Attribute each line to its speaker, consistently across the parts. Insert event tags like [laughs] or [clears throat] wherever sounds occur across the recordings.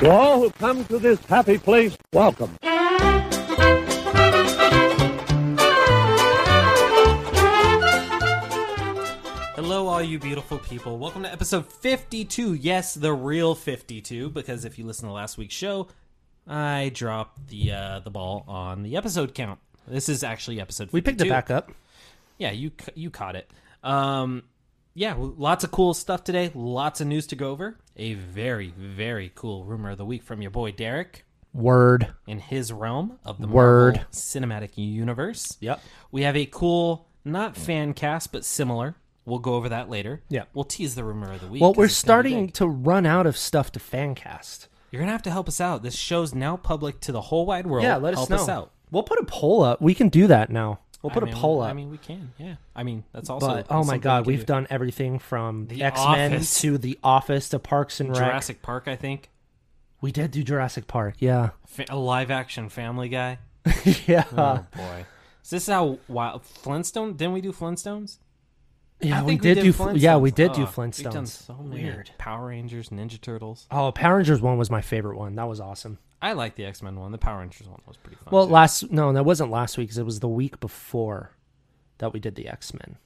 Speaker 1: To all who come to this happy place, welcome.
Speaker 2: Hello, all you beautiful people. Welcome to episode 52. Yes, the real 52, because if you listen to last week's show, I dropped the uh, the ball on the episode count. This is actually episode 52.
Speaker 3: We picked it back up.
Speaker 2: Yeah, you ca- you caught it. Um, yeah, w- lots of cool stuff today. Lots of news to go over. A very, very cool rumor of the week from your boy Derek
Speaker 3: Word.
Speaker 2: in his realm of the
Speaker 3: Word.
Speaker 2: Marvel Cinematic Universe.
Speaker 3: Yep.
Speaker 2: We have a cool, not fan cast, but similar. We'll go over that later.
Speaker 3: Yeah.
Speaker 2: We'll tease the rumor of the week.
Speaker 3: Well, we're
Speaker 2: 'cause it's gonna be
Speaker 3: starting
Speaker 2: big.
Speaker 3: to run out of stuff to fan cast.
Speaker 2: You're gonna have to help us out. This show's now public to the whole wide world.
Speaker 3: Yeah, let us
Speaker 2: help
Speaker 3: know.
Speaker 2: Us out.
Speaker 3: We'll put a poll up. We can do that now. We'll
Speaker 2: I
Speaker 3: put
Speaker 2: mean,
Speaker 3: a poll up.
Speaker 2: I mean, we can. Yeah. I mean, that's also.
Speaker 3: but oh my
Speaker 2: something we
Speaker 3: god,
Speaker 2: can
Speaker 3: we've
Speaker 2: do.
Speaker 3: done everything from
Speaker 2: The
Speaker 3: X Men
Speaker 2: Office.
Speaker 3: to The Office to Parks and Rec.
Speaker 2: Jurassic Park. I think
Speaker 3: We did do Jurassic Park. Yeah. [laughs]
Speaker 2: Fa- a live action Family Guy.
Speaker 3: yeah.
Speaker 2: Oh boy. Is this how wild Flintstone? Didn't we do Flintstones?
Speaker 3: yeah,
Speaker 2: I
Speaker 3: we
Speaker 2: think
Speaker 3: did, do.
Speaker 2: Flintstones.
Speaker 3: Yeah, we did do
Speaker 2: Oh,
Speaker 3: Flintstones.
Speaker 2: We've done so many.
Speaker 3: Weird.
Speaker 2: Power Rangers, Ninja Turtles.
Speaker 3: Oh, Power Rangers one was my favorite one. That was awesome.
Speaker 2: I like the X Men one. The Power Rangers one was pretty fun.
Speaker 3: Well,
Speaker 2: too.
Speaker 3: last no, that wasn't last week because it was the week before that we did the X Men.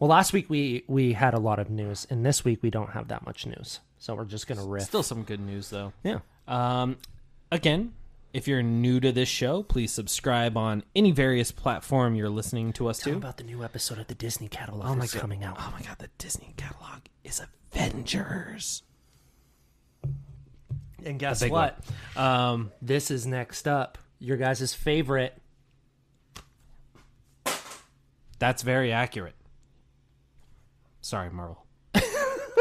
Speaker 3: Well, last week we we had a lot of news, and this week we don't have that much news, so we're just gonna riff.
Speaker 2: still some good news though.
Speaker 3: yeah,
Speaker 2: Um, again, if you're new to this show, please subscribe on any various platform you're listening to us
Speaker 3: Tell
Speaker 2: to.
Speaker 3: about the new episode of the Disney catalog that's coming out.
Speaker 2: Oh my god, the Disney catalog is Avengers.
Speaker 3: And guess
Speaker 2: big
Speaker 3: what?
Speaker 2: Um,
Speaker 3: This is next up. Your guys' favorite.
Speaker 2: that's very accurate. Sorry,
Speaker 3: [laughs]
Speaker 2: Marvel.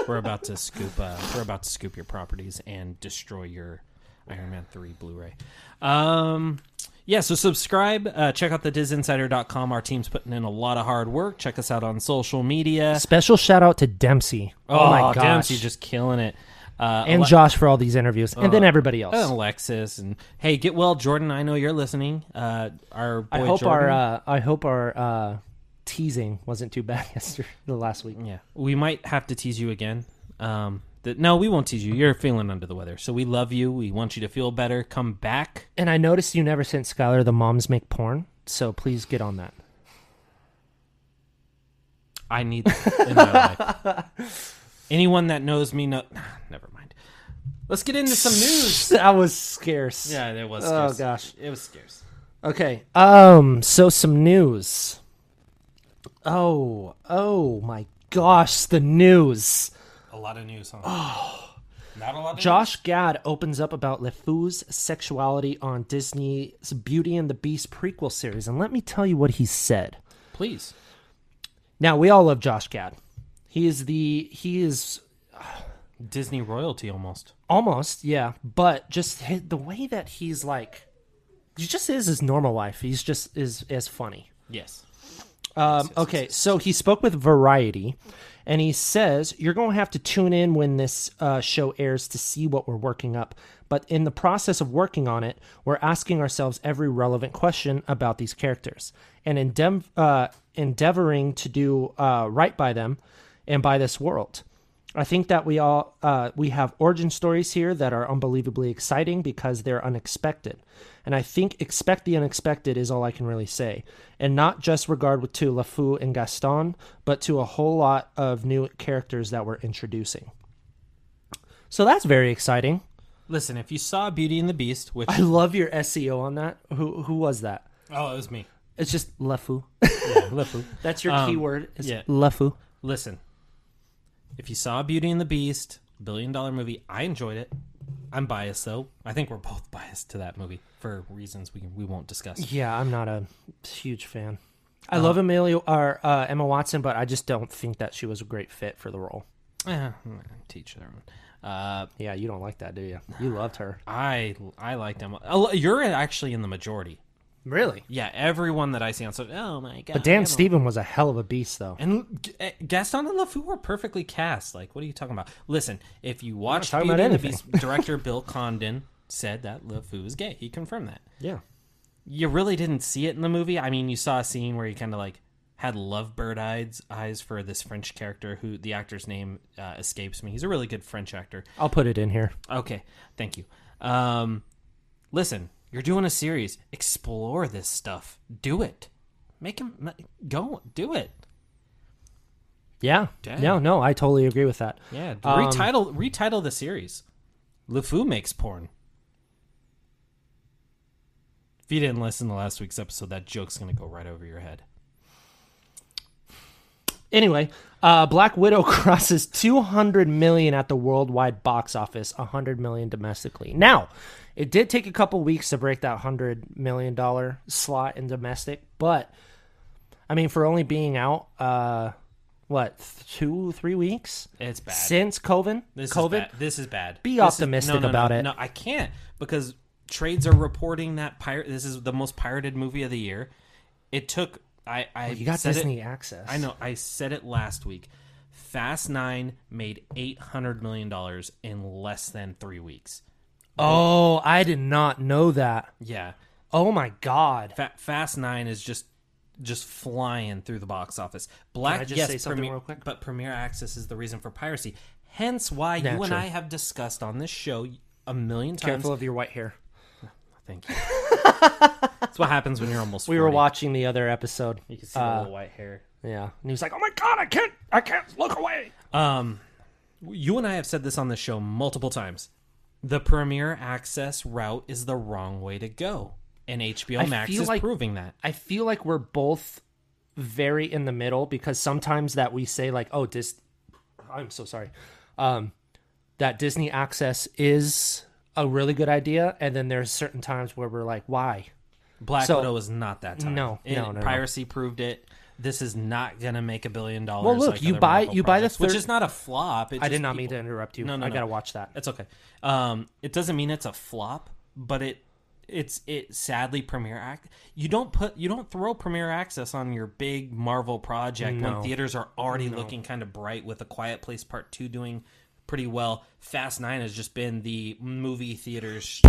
Speaker 2: we're about to scoop. Uh, we're about to scoop your properties and destroy your Iron Man three Blu-ray. Um, yeah, so subscribe. Uh, check out the disinsider.com. Our team's putting in a lot of hard work. Check us out on social media.
Speaker 3: Special shout out to Dempsey. Oh, my gosh,
Speaker 2: Dempsey just killing it. Uh,
Speaker 3: and
Speaker 2: Ale-
Speaker 3: Josh for all these interviews, and then everybody else.
Speaker 2: and Alexis and hey, get well, Jordan. I know you're listening. Uh, our boy
Speaker 3: I hope
Speaker 2: Jordan.
Speaker 3: our uh, I hope our uh, teasing wasn't too bad [laughs] yesterday, the last week.
Speaker 2: yeah, we might have to tease you again. Um, th- no, we won't tease you. You're feeling under the weather, so we love you. We want you to feel better. Come back.
Speaker 3: And I noticed you never sent Skylar the moms make porn, so please get on that.
Speaker 2: I
Speaker 3: [laughs]
Speaker 2: need that in my life. Anyone that knows me, no, [sighs] never mind. Let's get into some news.
Speaker 3: [laughs] that was scarce.
Speaker 2: Yeah, it was.
Speaker 3: Oh,
Speaker 2: Scarce.
Speaker 3: gosh.
Speaker 2: it was scarce.
Speaker 3: Okay. Um. So some news. Oh. Oh my gosh! The news.
Speaker 2: A lot of news, huh? Not a lot. Of
Speaker 3: Oh. Josh Gad opens up about LeFou's sexuality on Disney's Beauty and the Beast prequel series, and let me tell you what he said.
Speaker 2: news? please.
Speaker 3: Now we all love Josh Gad. He is the he is
Speaker 2: Disney royalty almost.
Speaker 3: Almost, yeah. But just hi the way that he's like, he just is his normal life. He's just is is funny.
Speaker 2: Yes.
Speaker 3: Um, okay, so he spoke with Variety, and he says you're going to have to tune in when this uh, show airs to see what we're working up. But in the process of working on it, we're asking ourselves every relevant question about these characters and endeav- uh, endeavoring to do uh, right by them and by this world. I think that we all uh, we have origin stories here that are unbelievably exciting because they're unexpected, and I think expect the unexpected is all I can really say, and not just regard to LeFou and Gaston, but to a whole lot of new characters that we're introducing. So that's very exciting.
Speaker 2: Listen, if you saw Beauty and the Beast, which
Speaker 3: I love your SEO on that. Who who was that?
Speaker 2: oh, it was me.
Speaker 3: It's just LeFou.
Speaker 2: Lipu.
Speaker 3: [laughs] that's your keyword. Is
Speaker 2: yeah.
Speaker 3: LeFou.
Speaker 2: Listen, if you saw Beauty and the Beast, billion dollar movie, I enjoyed it. I'm biased though. I think we're [laughs] both biased to that movie for reasons we we won't
Speaker 3: [laughs]
Speaker 2: discuss.
Speaker 3: Yeah, I'm not a huge fan. I love Amelia or uh, Emma Watson, but I just don't think that she was a great fit for the role.
Speaker 2: Eh, teach their own. Uh,
Speaker 3: Yeah, you don't like that, do you? You loved her,
Speaker 2: I I liked them. A lo- You're actually in the majority.
Speaker 3: really.
Speaker 2: Yeah, everyone that I see on so oh my god.
Speaker 3: But Dan
Speaker 2: Emma.
Speaker 3: Steven was a hell of a beast, though.
Speaker 2: And G- eh, Gaston and LeFou were perfectly cast. Like, what are you talking about? Listen, if you watch
Speaker 3: talking
Speaker 2: Beauty
Speaker 3: about
Speaker 2: and the
Speaker 3: anything.
Speaker 2: Beast,
Speaker 3: [laughs]
Speaker 2: director Bill Condon said that LeFou is gay. He confirmed that.
Speaker 3: Yeah,
Speaker 2: You really didn't see it in the movie. I mean, you saw a scene where he kind of like had lovebird eyes eyes for this French character who the actor's name uh, escapes me. He's a really good French actor.
Speaker 3: I'll put it in here.
Speaker 2: Okay, thank you. Um, listen, you're doing a series. Explore this stuff. Do it. Make him go. Do it.
Speaker 3: Yeah.
Speaker 2: Dang.
Speaker 3: No, no, I totally agree with that.
Speaker 2: Yeah.
Speaker 3: Um,
Speaker 2: retitle retitle the series. LeFou makes porn. If you didn't listen to last week's episode, that joke's gonna go right over your head.
Speaker 3: Anyway, uh, Black Widow [laughs] crosses 200 million at the worldwide box office, 100 million domestically. Now, it did take a couple weeks to break that 100 million dollar slot in domestic, but I mean, for only being out, uh, what th- two, three weeks
Speaker 2: It's bad.
Speaker 3: since COVID,
Speaker 2: This
Speaker 3: COVID,
Speaker 2: is bad. This is bad. This
Speaker 3: Be
Speaker 2: is-
Speaker 3: optimistic
Speaker 2: no, no, no,
Speaker 3: about it.
Speaker 2: No, I can't because trades are reporting that pirate. This is the most pirated movie of the year. It took. I. I
Speaker 3: you got
Speaker 2: said it-
Speaker 3: Disney access.
Speaker 2: I know. I said it last week. Fast Nine made eight hundred million dollars in less than three weeks.
Speaker 3: Oh, I did not know that.
Speaker 2: Yeah,
Speaker 3: Oh my god.
Speaker 2: Fa- Fast Nine is just just flying through the box office. Black
Speaker 3: Can I just
Speaker 2: yes,
Speaker 3: say something
Speaker 2: Premier-
Speaker 3: real quick?
Speaker 2: but Premier Access is the reason for piracy. Hence why you and
Speaker 3: Naturally.
Speaker 2: I have discussed on this show a million times.
Speaker 3: Careful of your white hair.
Speaker 2: Thank you. That's what happens when you're almost.
Speaker 3: We were watching the other episode.
Speaker 2: You can see the little white hair.
Speaker 3: Yeah, and he was like, "Oh my god, I can't, I can't look away."
Speaker 2: Um, you and I have said this on the show multiple times. The premier access route is the wrong way to go, and HBO
Speaker 3: I
Speaker 2: Max
Speaker 3: feel
Speaker 2: is
Speaker 3: like-
Speaker 2: proving that.
Speaker 3: I feel like we're both very in the middle because sometimes that we say like, "Oh, Dis," I'm so sorry. Um, that Disney access is a really good idea, and then there's certain times where we're like, "Why?"
Speaker 2: Black
Speaker 3: So-
Speaker 2: Widow is not that time.
Speaker 3: No,
Speaker 2: It-
Speaker 3: no, no, no.
Speaker 2: Piracy proved it. This is not gonna make a billion dollars.
Speaker 3: Well, look,
Speaker 2: like
Speaker 3: you
Speaker 2: other
Speaker 3: buy-
Speaker 2: Marvel
Speaker 3: you buy the
Speaker 2: projects, which
Speaker 3: thir-
Speaker 2: is not a flop.
Speaker 3: I did not mean to interrupt you.
Speaker 2: No, no,
Speaker 3: I
Speaker 2: no.
Speaker 3: gotta watch that.
Speaker 2: It's okay. Um, it doesn't mean it's a flop, but it it's it sadly premiere act. You don't put you don't throw premiere access on your big Marvel project
Speaker 3: No.
Speaker 2: when theaters are already looking kind of bright with a Quiet Place Part Two doing pretty well. Fast Nine has just been the movie theaters.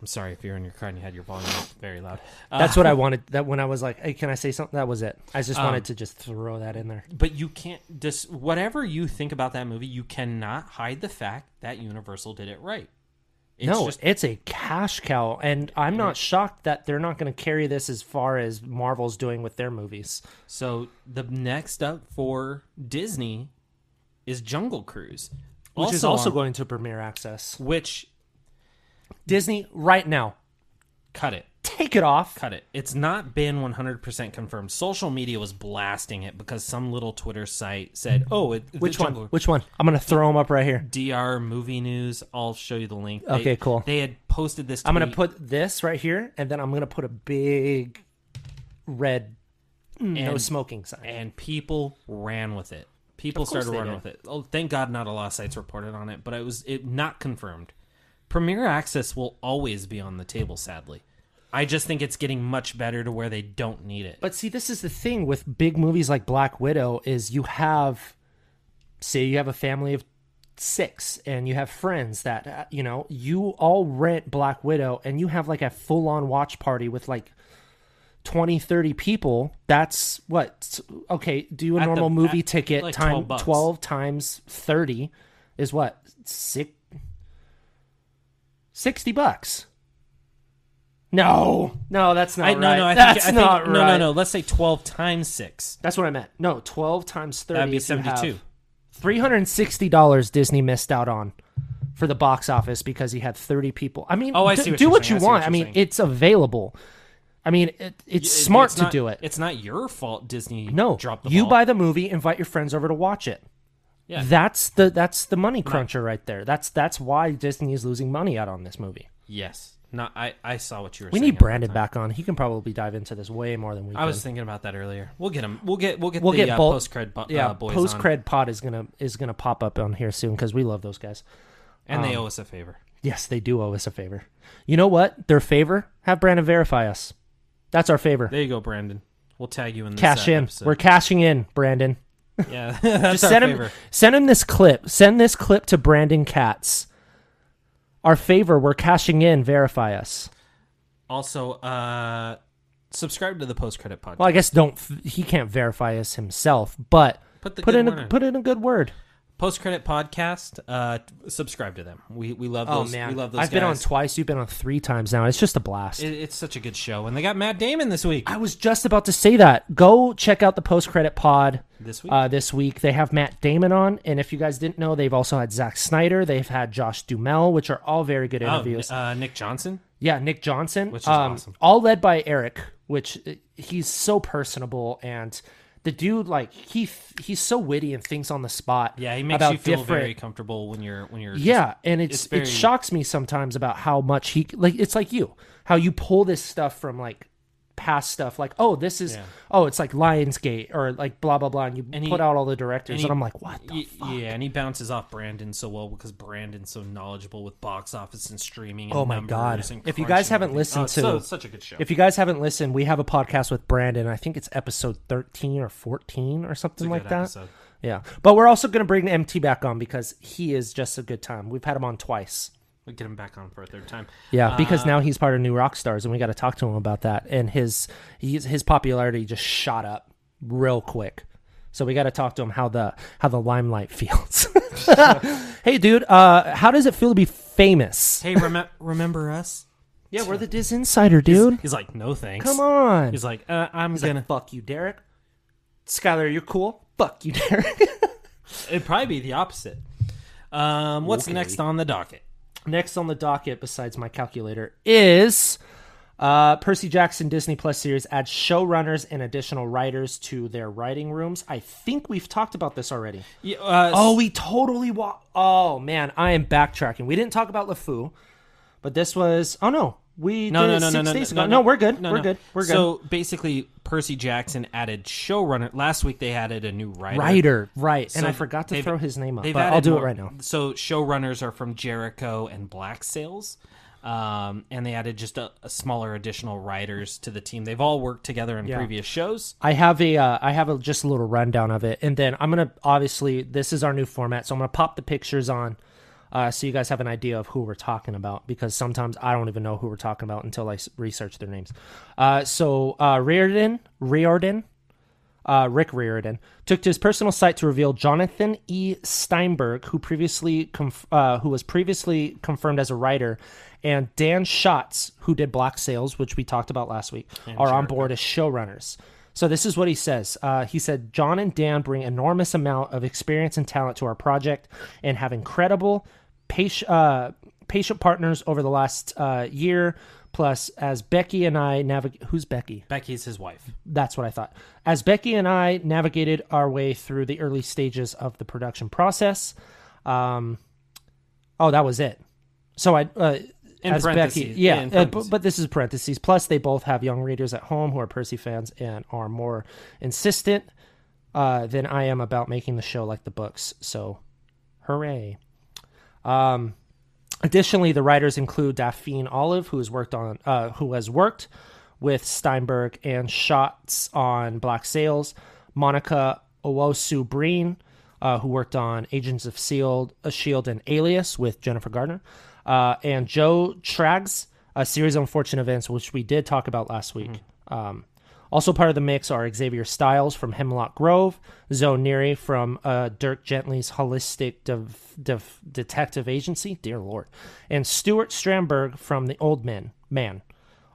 Speaker 2: I'm sorry if you're in your car and you had your volume up very loud. Uh,
Speaker 3: That's [laughs] what I wanted. That when I was like, "Hey, can I say something?" That was it. I just wanted to just throw that in there.
Speaker 2: but you can't just whatever you think about that movie you cannot hide the fact that universal did it right it's
Speaker 3: no,
Speaker 2: just
Speaker 3: it's a cash cow, and I'm not shocked that they're not going to carry this as far as Marvel's doing with their movies.
Speaker 2: so the next up for disney is jungle cruise
Speaker 3: which is also
Speaker 2: on-
Speaker 3: going to premiere access.
Speaker 2: which
Speaker 3: Disney right now,
Speaker 2: cut it
Speaker 3: take it off.
Speaker 2: cut it it's not been 100% confirmed social media was blasting it because some little twitter site said oh it, the
Speaker 3: Which one?
Speaker 2: Jungle-
Speaker 3: Which one? I'm gonna throw them up right here.
Speaker 2: dr movie news i'll show you the link
Speaker 3: Okay, cool.
Speaker 2: they had posted this
Speaker 3: I'm gonna
Speaker 2: tweet.
Speaker 3: put this right here, and then I'm gonna put a big red Mm, no
Speaker 2: And-
Speaker 3: smoking sign.
Speaker 2: and people ran with it. People
Speaker 3: Of course
Speaker 2: started
Speaker 3: they
Speaker 2: running
Speaker 3: did.
Speaker 2: with it. Oh, thank God, not a lot of sites reported on it, but it was it not confirmed. Premier access will always be on the table. Sadly, I just think it's getting much better to where they don't need it.
Speaker 3: But see, this is the thing with big movies like Black Widow is you have, say, you have a family of six, and you have friends that uh, you know you all rent Black Widow, and you have like a full on watch party with like. 20 30 people that's what okay do a
Speaker 2: At the-
Speaker 3: normal movie
Speaker 2: at-
Speaker 3: ticket
Speaker 2: like
Speaker 3: time
Speaker 2: 12
Speaker 3: 12,
Speaker 2: bucks.
Speaker 3: times 30 is what six 60 bucks no no that's
Speaker 2: I,
Speaker 3: not right
Speaker 2: No, no, I think,
Speaker 3: that's
Speaker 2: I think-
Speaker 3: not right
Speaker 2: No, no, no. Let's say twelve times six.
Speaker 3: that's what i meant no 12 times 30
Speaker 2: That'd be
Speaker 3: if you have
Speaker 2: seventy-two.
Speaker 3: $360 disney missed out on for the box office because he had 30 people i mean
Speaker 2: Oh, I
Speaker 3: d-
Speaker 2: see what
Speaker 3: do
Speaker 2: you're
Speaker 3: what
Speaker 2: saying. I
Speaker 3: you
Speaker 2: see
Speaker 3: want
Speaker 2: what
Speaker 3: i
Speaker 2: you're
Speaker 3: mean
Speaker 2: saying.
Speaker 3: it's available i mean it, it's smart
Speaker 2: It's
Speaker 3: to
Speaker 2: not-
Speaker 3: do it
Speaker 2: It's not your fault. Disney.
Speaker 3: no,
Speaker 2: drop the
Speaker 3: you
Speaker 2: ball.
Speaker 3: buy the movie, invite your friends over to watch it.
Speaker 2: Yeah.
Speaker 3: That's the that's the money cruncher right there. That's that's why Disney is losing money out on this movie.
Speaker 2: Yes. Not. I. I saw what you were.
Speaker 3: We
Speaker 2: saying
Speaker 3: need Brandon back on. He can probably dive into this way more than we.
Speaker 2: I was thinking about that earlier. We'll get him. We'll get. We'll get
Speaker 3: We'll
Speaker 2: the
Speaker 3: get
Speaker 2: uh,
Speaker 3: both-
Speaker 2: post cred. Bu-
Speaker 3: yeah,
Speaker 2: uh, boys on,
Speaker 3: post cred pod is gonna is gonna pop up on here soon because we love those guys.
Speaker 2: and they
Speaker 3: um,
Speaker 2: owe us a favor.
Speaker 3: Yes, they do owe us a favor. You know what? Their favor? Have Brandon verify us. That's our favor.
Speaker 2: There you go, Brandon. We'll tag you in this
Speaker 3: Cash
Speaker 2: uh,
Speaker 3: in.
Speaker 2: episode.
Speaker 3: We're cashing in, Brandon.
Speaker 2: Yeah, [laughs] that's
Speaker 3: Just
Speaker 2: our
Speaker 3: send
Speaker 2: favor.
Speaker 3: him send him this clip. Send this clip to Brandon Katz. Our favor, we're cashing in, verify us.
Speaker 2: Also, uh, subscribe to the post credit podcast.
Speaker 3: Well, I guess don't. f- He can't verify us himself, but
Speaker 2: Put the
Speaker 3: put
Speaker 2: good
Speaker 3: in
Speaker 2: word
Speaker 3: a,
Speaker 2: in.
Speaker 3: put in a good word.
Speaker 2: post credit podcast. Uh, t- subscribe to them. We we love those. we love those.
Speaker 3: Oh, I've been on
Speaker 2: guys.
Speaker 3: twice. You've been on three times now. It's just a blast.
Speaker 2: It- it's such a good show, and they got Matt Damon this week.
Speaker 3: I was just about to say that. Go check out the post credit pod
Speaker 2: This week?
Speaker 3: Uh, this week they have Matt Damon on, and if you guys didn't know, they've also had Zack Snyder. They've had Josh Dumel, which are all very good
Speaker 2: Oh,
Speaker 3: interviews.
Speaker 2: uh, Nick Johnson.
Speaker 3: yeah, Nick Johnson, um,
Speaker 2: Which is awesome.
Speaker 3: all led by Eric, which uh, he's so personable and. The dude, like he, he's so witty and thinks on the spot.
Speaker 2: Yeah, he makes
Speaker 3: about
Speaker 2: you feel
Speaker 3: different,
Speaker 2: very comfortable when you're when you're.
Speaker 3: yeah, and it's
Speaker 2: it's very-
Speaker 3: it shocks me sometimes about how much he like it's like you how you pull this stuff from like past stuff like oh this is oh it's like Lionsgate or like blah blah blah and you
Speaker 2: he-
Speaker 3: put out all the directors and,
Speaker 2: he-
Speaker 3: I'm like what the
Speaker 2: Y- yeah, and he bounces off Brandon so well because Brandon's so knowledgeable with box office and streaming. And
Speaker 3: Oh my God.
Speaker 2: numbers and
Speaker 3: If you
Speaker 2: crunching
Speaker 3: guys haven't
Speaker 2: everything.
Speaker 3: listened
Speaker 2: Oh, it's so-
Speaker 3: to-
Speaker 2: it's such a good show.
Speaker 3: if you guys haven't listened we have a podcast with Brandon I think it's episode 13 or 14 or something like
Speaker 2: good
Speaker 3: that
Speaker 2: episode.
Speaker 3: yeah but we're also gonna bring MT back on because he is just a good time we've had him on twice
Speaker 2: we get him back on for a third time.
Speaker 3: Yeah, because now he's part of New Rock Stars, and we got to talk to him about that. And his he's, his popularity just shot up real quick. So we got to talk to him how the how the limelight [laughs] feels. hey, dude, uh, how does it feel to be famous?
Speaker 2: Hey, rem- remember us?
Speaker 3: Yeah, we're the Diz Insider, dude.
Speaker 2: He's like, no thanks.
Speaker 3: Come on.
Speaker 2: He's like, uh, I'm
Speaker 3: He's
Speaker 2: gonna.
Speaker 3: like, fuck you, Derek. Skylar, you're cool. Fuck you, [laughs] Derek.
Speaker 2: It'd probably be the opposite. Um, what's next on the docket?
Speaker 3: Next on the docket, besides my calculator, is uh, Percy Jackson Disney Plus series adds showrunners and additional writers to their writing rooms. I think we've talked about this already.
Speaker 2: Yeah, uh,
Speaker 3: Oh, we totally wa- Oh man, I am backtracking. We didn't talk about LeFou, but this was. Oh no, we
Speaker 2: no,
Speaker 3: did
Speaker 2: no,
Speaker 3: it
Speaker 2: no,
Speaker 3: six
Speaker 2: no, no,
Speaker 3: days
Speaker 2: no,
Speaker 3: ago. No, we're good.
Speaker 2: No,
Speaker 3: we're
Speaker 2: no.
Speaker 3: good. We're good.
Speaker 2: So basically, Percy Jackson added showrunner. Last week they added a new writer.
Speaker 3: writer, right? and
Speaker 2: So
Speaker 3: I forgot to
Speaker 2: they've-
Speaker 3: throw his name up,
Speaker 2: they've
Speaker 3: but I'll
Speaker 2: added
Speaker 3: do it
Speaker 2: more-
Speaker 3: right now.
Speaker 2: So showrunners are from Jericho and Black Sales, um, and they added just a, a smaller additional writers to the team. They've all worked together in previous shows.
Speaker 3: I have a uh, I have a just a little rundown of it, and then I'm gonna obviously this is our new format, so I'm gonna pop the pictures on, uh, so you guys have an idea of who we're talking about because sometimes I don't even know who we're talking about until I s- research their names. Uh, so uh, Riordan Riordan uh, Rick Riordan, took to his personal site to reveal Jonathan E. Steinberg, who previously conf- uh, who was previously confirmed as a writer, and Dan Schatz, who did Black Sales, which we talked about last week, are on board as showrunners. So this is what he says. Uh, he said, "John and Dan bring enormous amount of experience and talent to our project, and have incredible patient, uh, patient partners over the last uh, year. Plus, as Becky and I navigate, who's Becky?
Speaker 2: Becky's his wife.
Speaker 3: That's what I thought. As Becky and I navigated our way through the early stages of the production process, um, oh, that was it. So I, uh,
Speaker 2: In
Speaker 3: as Becky,
Speaker 2: parentheses. Yeah,
Speaker 3: yeah,
Speaker 2: in
Speaker 3: uh,
Speaker 2: parentheses.
Speaker 3: but, but this is parentheses. Plus, they both have young readers at home who are Percy fans and are more insistent uh, than I am about making the show like the books. So, hooray! Additionally, the writers include Daphne Olive, who has worked on, uh, who has worked with Steinberg and Shots on Black Sails, Monica Owosu Breen, uh, who worked on Agents of Sealed, uh, Shield, and Alias with Jennifer Gardner, uh, and Joe Trags, a series of unfortunate events, which we did talk about last week. Um, also part of the mix are Xavier Styles from Hemlock Grove, Zoe Neary from uh, Dirk Gently's Holistic Dev- Dev- Detective Agency, dear lord, and Stuart Stramberg from The Old Men, Man,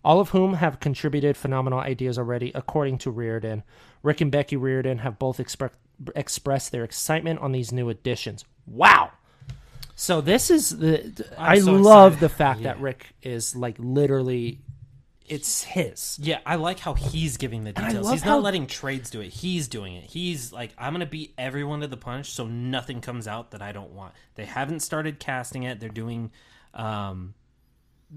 Speaker 3: all of whom have contributed phenomenal ideas already, according to Reardon. Rick and Becky Reardon have both expre- expressed their excitement on these new additions. Wow! So this is the i
Speaker 2: so
Speaker 3: love
Speaker 2: excited.
Speaker 3: the fact that Rick is like literally, it's his.
Speaker 2: Yeah, I like how he's giving the
Speaker 3: I
Speaker 2: details.
Speaker 3: love
Speaker 2: He's
Speaker 3: how-
Speaker 2: not letting trades do it. He's doing it. He's like, I'm gonna beat everyone to the punch, so nothing comes out that I don't want. They haven't started casting it. They're doing, um,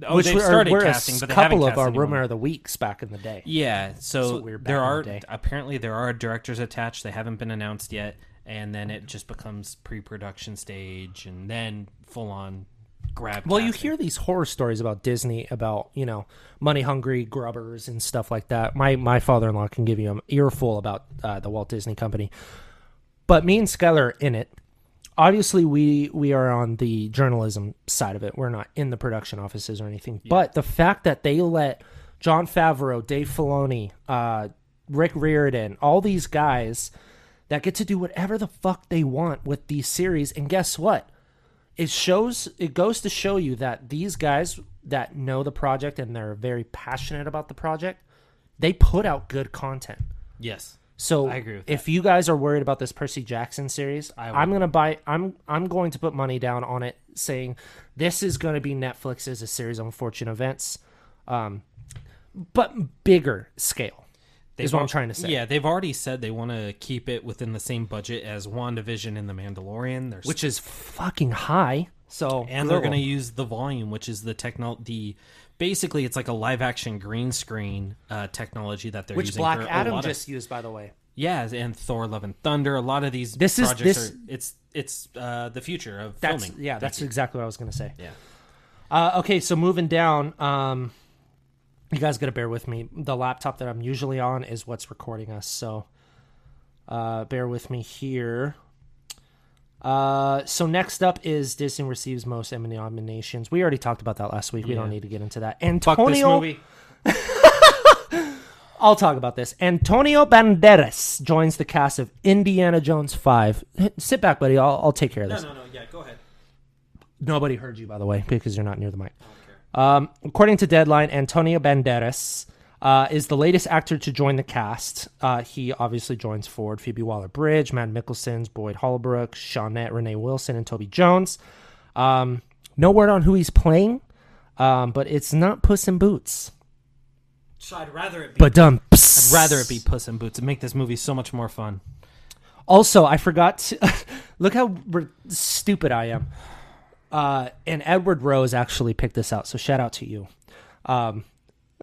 Speaker 2: oh,
Speaker 3: which
Speaker 2: they've
Speaker 3: were, uh,
Speaker 2: started
Speaker 3: were
Speaker 2: casting,
Speaker 3: a
Speaker 2: but they haven't
Speaker 3: couple of
Speaker 2: cast
Speaker 3: our
Speaker 2: anyone.
Speaker 3: rumor of the weeks back in the day.
Speaker 2: Yeah, so
Speaker 3: what we were back
Speaker 2: there
Speaker 3: in the
Speaker 2: are
Speaker 3: day.
Speaker 2: apparently there are directors attached. They haven't been announced yet, and then it just becomes pre-production stage, and then full on grab.
Speaker 3: Well, you
Speaker 2: casting.
Speaker 3: hear these horror stories about Disney about you know money hungry grubbers and stuff like that. My my father in law can give you an earful about uh, the Walt Disney Company, but me and Skylar are in it, obviously we we are on the journalism side of it. We're not in the production offices or anything. But the fact that they let John Favreau, Dave Filoni, uh, Rick Riordan, all these guys that get to do whatever the fuck they want with these series, and guess what? It shows it goes to show you that these guys that know the project and they're very passionate about the project, they put out good content.
Speaker 2: Yes.
Speaker 3: So
Speaker 2: I agree with
Speaker 3: if you guys are worried about this Percy Jackson series,
Speaker 2: would.
Speaker 3: I'm gonna buy. I'm I'm going to put money down on it, saying this is going to be Netflix's a series of unfortunate events, um, but bigger scale. is what I'm
Speaker 2: al-
Speaker 3: trying to say.
Speaker 2: Yeah, they've already said they want to keep it within the same budget as WandaVision and The Mandalorian. They're
Speaker 3: which is fucking high. So
Speaker 2: and they're
Speaker 3: good
Speaker 2: going to
Speaker 3: one.
Speaker 2: use the volume, which is the techno the basically it's like a live action green screen uh, technology that they're
Speaker 3: which
Speaker 2: using.
Speaker 3: Black
Speaker 2: for a
Speaker 3: Adam
Speaker 2: lot of-
Speaker 3: just used, by the way.
Speaker 2: yeah, and Thor: Love and Thunder. A lot of these
Speaker 3: This is-
Speaker 2: projects
Speaker 3: this-
Speaker 2: are it's it's uh, the future of
Speaker 3: That's
Speaker 2: filming.
Speaker 3: yeah, that's exactly what I was gonna say.
Speaker 2: yeah.
Speaker 3: Uh, okay, so moving down, um, you guys gotta bear with me. The laptop that I'm usually on is what's recording us, so uh, bear with me here. Uh, so next up is Disney receives most Emmy nominations. We already talked about that last week. We don't need to get into that. Antonio,
Speaker 2: Fuck this movie. [laughs]
Speaker 3: I'll talk about this. Antonio Banderas joins the cast of Indiana Jones Five. Sit back, buddy. I'll, I'll take care of this.
Speaker 2: No, no, yeah, go ahead.
Speaker 3: Nobody heard you, by the way, because you're not near the mic. Um, according to Deadline, Antonio Banderas uh, is the latest actor to join the cast. Uh, he obviously joins Ford, Phoebe Waller Bridge, Matt Mickelson, Boyd Holbrook, Shawnette, Renee Wilson, and Toby Jones. Um, no word on who he's playing, um, but it's not Puss in Boots.
Speaker 2: I'd rather it be
Speaker 3: But dumb.
Speaker 2: rather it be Puss in Boots and make this movie so much more fun.
Speaker 3: Also, I forgot to [laughs] look how re- stupid I am. Uh, and Edward Rose actually picked this out, so shout out to you. Um,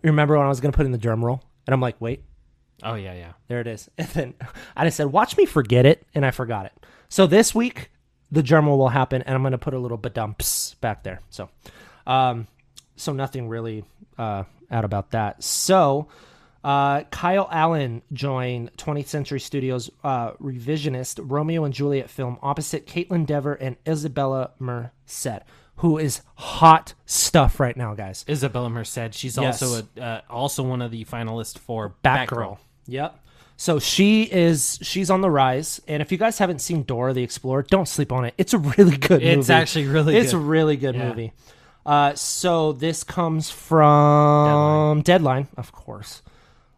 Speaker 3: remember when I was going to put in the drum roll, and I'm like, wait,
Speaker 2: Oh yeah, yeah.
Speaker 3: there it is. [laughs] And then I just said, watch me forget it, and I forgot it. So this week, the drum roll will happen, and I'm going to put a little badumps back there. So, um, so nothing really uh, out about that. So, uh, Kyle Allen joined 20th Century Studios' uh, revisionist Romeo and Juliet film opposite Caitlin Dever and Isabella Merced, who is hot stuff right now, guys.
Speaker 2: Isabella Merced. She's
Speaker 3: Yes.
Speaker 2: also a uh, also one of the finalists for
Speaker 3: Batgirl. Yep. So she is she's on the rise, and if you guys haven't seen Dora the Explorer, don't sleep on it. It's a really good movie.
Speaker 2: It's actually really
Speaker 3: it's
Speaker 2: good.
Speaker 3: a really good movie. Uh, so this comes from Deadline, of course.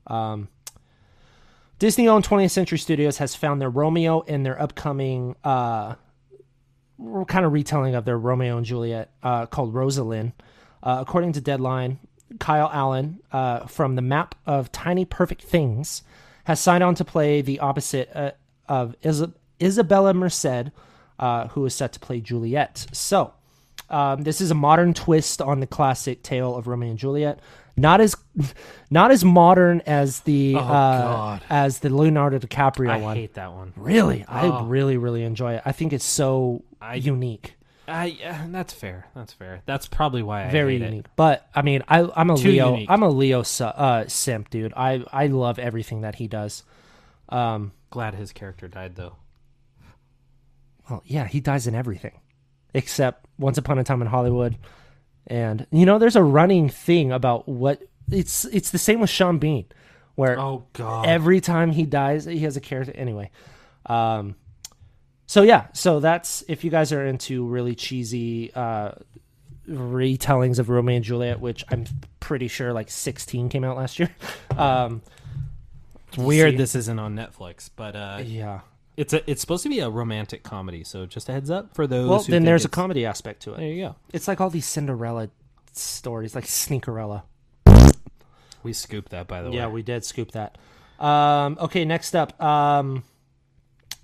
Speaker 3: Um, Disney-owned 20th Century Studios has found their Romeo in their upcoming uh, kind of retelling of their Romeo and Juliet uh, called Rosalind. Uh, according to Deadline, Kyle Allen uh, from the map of Tiny Perfect Things has signed on to play the opposite uh, of Is- Isabella Merced, uh, who is set to play Juliet. So, um, this is a modern twist on the classic tale of Romeo and Juliet. Not as, [laughs] not as modern as the uh, as the Leonardo DiCaprio
Speaker 2: I
Speaker 3: one.
Speaker 2: hate that one.
Speaker 3: Really,
Speaker 2: Oh.
Speaker 3: I really, really enjoy it. I think it's so unique,
Speaker 2: I uh, that's fair. That's fair. That's probably why I
Speaker 3: very
Speaker 2: hate it.
Speaker 3: unique. But I mean, I, I'm a
Speaker 2: Too
Speaker 3: Leo.
Speaker 2: unique.
Speaker 3: I'm a Leo su- uh, simp, dude. I I love everything that he does.
Speaker 2: Glad his character died though.
Speaker 3: Well, yeah, he dies in everything, except Once Upon a Time in Hollywood. And you know, there's a running thing about what it's. It's the same with Sean Bean, where
Speaker 2: Oh god.
Speaker 3: every time he dies he has a character anyway um so yeah so that's if you guys are into really cheesy uh retellings of romeo and juliet which i'm pretty sure like 16 came out last year [laughs] um
Speaker 2: it's weird
Speaker 3: see-
Speaker 2: this isn't on Netflix, but uh
Speaker 3: yeah
Speaker 2: it's a, it's supposed to be a romantic comedy, so just a heads up for those
Speaker 3: well
Speaker 2: who
Speaker 3: then
Speaker 2: think
Speaker 3: there's a
Speaker 2: it's-
Speaker 3: comedy aspect to
Speaker 2: There
Speaker 3: it
Speaker 2: you go.
Speaker 3: it's like all these cinderella stories like sneakerella
Speaker 2: We scooped that by the
Speaker 3: Yeah,
Speaker 2: way.
Speaker 3: we did scoop that. Um, okay, next up. Um,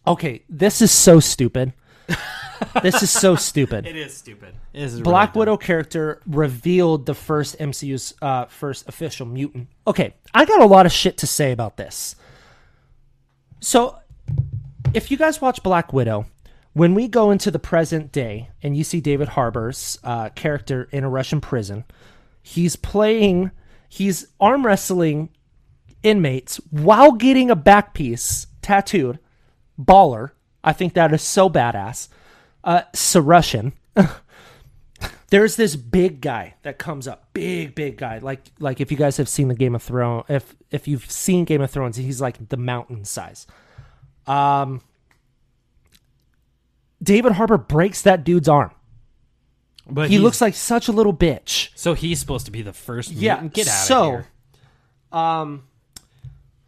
Speaker 3: okay, this is so [laughs] stupid. this is so stupid.
Speaker 2: It is stupid. It is really
Speaker 3: Black
Speaker 2: dumb.
Speaker 3: Widow character revealed the first MCU's uh, first official mutant. Okay, I got a lot of shit to say about this. So, if you guys watch Black Widow, when we go into the present day and you see David Harbour's uh, character in a Russian prison, he's playing, he's arm wrestling inmates while getting a back piece tattooed. Baller. I think that is so badass. Uh, Sarushan. There's this big guy that comes up, big big guy. Like like if you guys have seen the Game of Thrones, if if you've seen Game of Thrones, he's like the mountain size. Um, David Harbour breaks that dude's arm.
Speaker 2: But
Speaker 3: He
Speaker 2: he's-
Speaker 3: looks like such a little bitch.
Speaker 2: so he's supposed to be the first.
Speaker 3: Yeah,
Speaker 2: Mutant? Get out
Speaker 3: so- um,
Speaker 2: of here.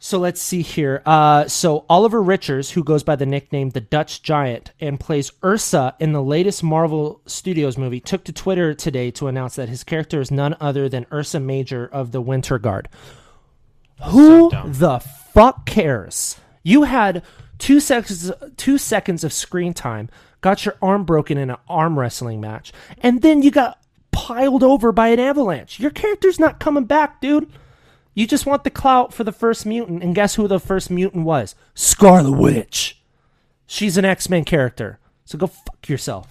Speaker 3: So let's see here. Uh, so Oliver Richards, who goes by the nickname the Dutch Giant and plays Ursa in the latest Marvel Studios movie, took to Twitter today to announce that his character is none other than Ursa Major of the Winter Guard. Who
Speaker 2: dumb.
Speaker 3: the fuck cares? You had two seconds, two seconds of screen time, got your arm broken in an arm wrestling match, and then you got piled over by an avalanche. Your character's not coming back, dude. You just want the clout for the first mutant, and guess who the first mutant was? Scarlet Witch. She's an X Men character, so go fuck yourself.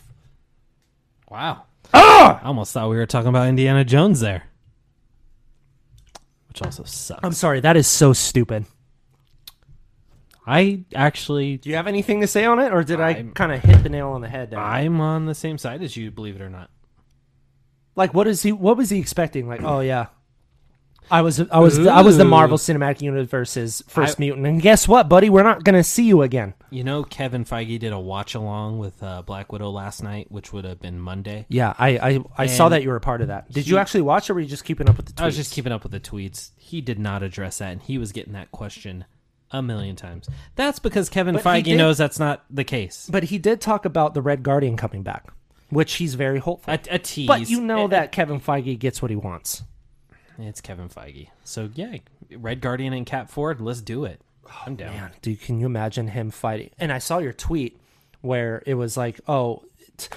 Speaker 2: Wow.
Speaker 3: Ah!
Speaker 2: I almost thought we were talking about Indiana Jones there, which also sucks.
Speaker 3: I'm sorry, that is so stupid.
Speaker 2: I actually,
Speaker 3: Do you have anything to say on it, or did i
Speaker 2: I'm-
Speaker 3: kind of hit the nail on the head? There?
Speaker 2: I'm on the same side as you, believe it or not.
Speaker 3: like, what is he? What was he expecting? Like, oh yeah, I was, I was, I was the
Speaker 2: Ooh.
Speaker 3: Marvel Cinematic Universe's first
Speaker 2: I-
Speaker 3: mutant, and guess what, buddy? We're not gonna see you again.
Speaker 2: You know, Kevin Feige did a watch along with uh, Black Widow last night, which would have been Monday.
Speaker 3: Yeah, I, I, I saw
Speaker 2: And
Speaker 3: that you were a part of that. Did
Speaker 2: he-
Speaker 3: you actually watch, or were you just keeping up with the? Tweets?
Speaker 2: I was just keeping up with the tweets. He did not address that, and he was getting that question a million times. That's because Kevin
Speaker 3: But he
Speaker 2: Feige
Speaker 3: did-
Speaker 2: knows that's not the case.
Speaker 3: But he did talk about the Red Guardian coming back, which he's very hopeful.
Speaker 2: A, a tease,
Speaker 3: but you know
Speaker 2: It-
Speaker 3: that Kevin Feige gets what he wants.
Speaker 2: it's Kevin Feige. So yeah, Red Guardian and Cap Ford. Let's do it. I'm down.
Speaker 3: Man, dude, can you imagine him fighting? And I saw your tweet where it was like, "Oh, t-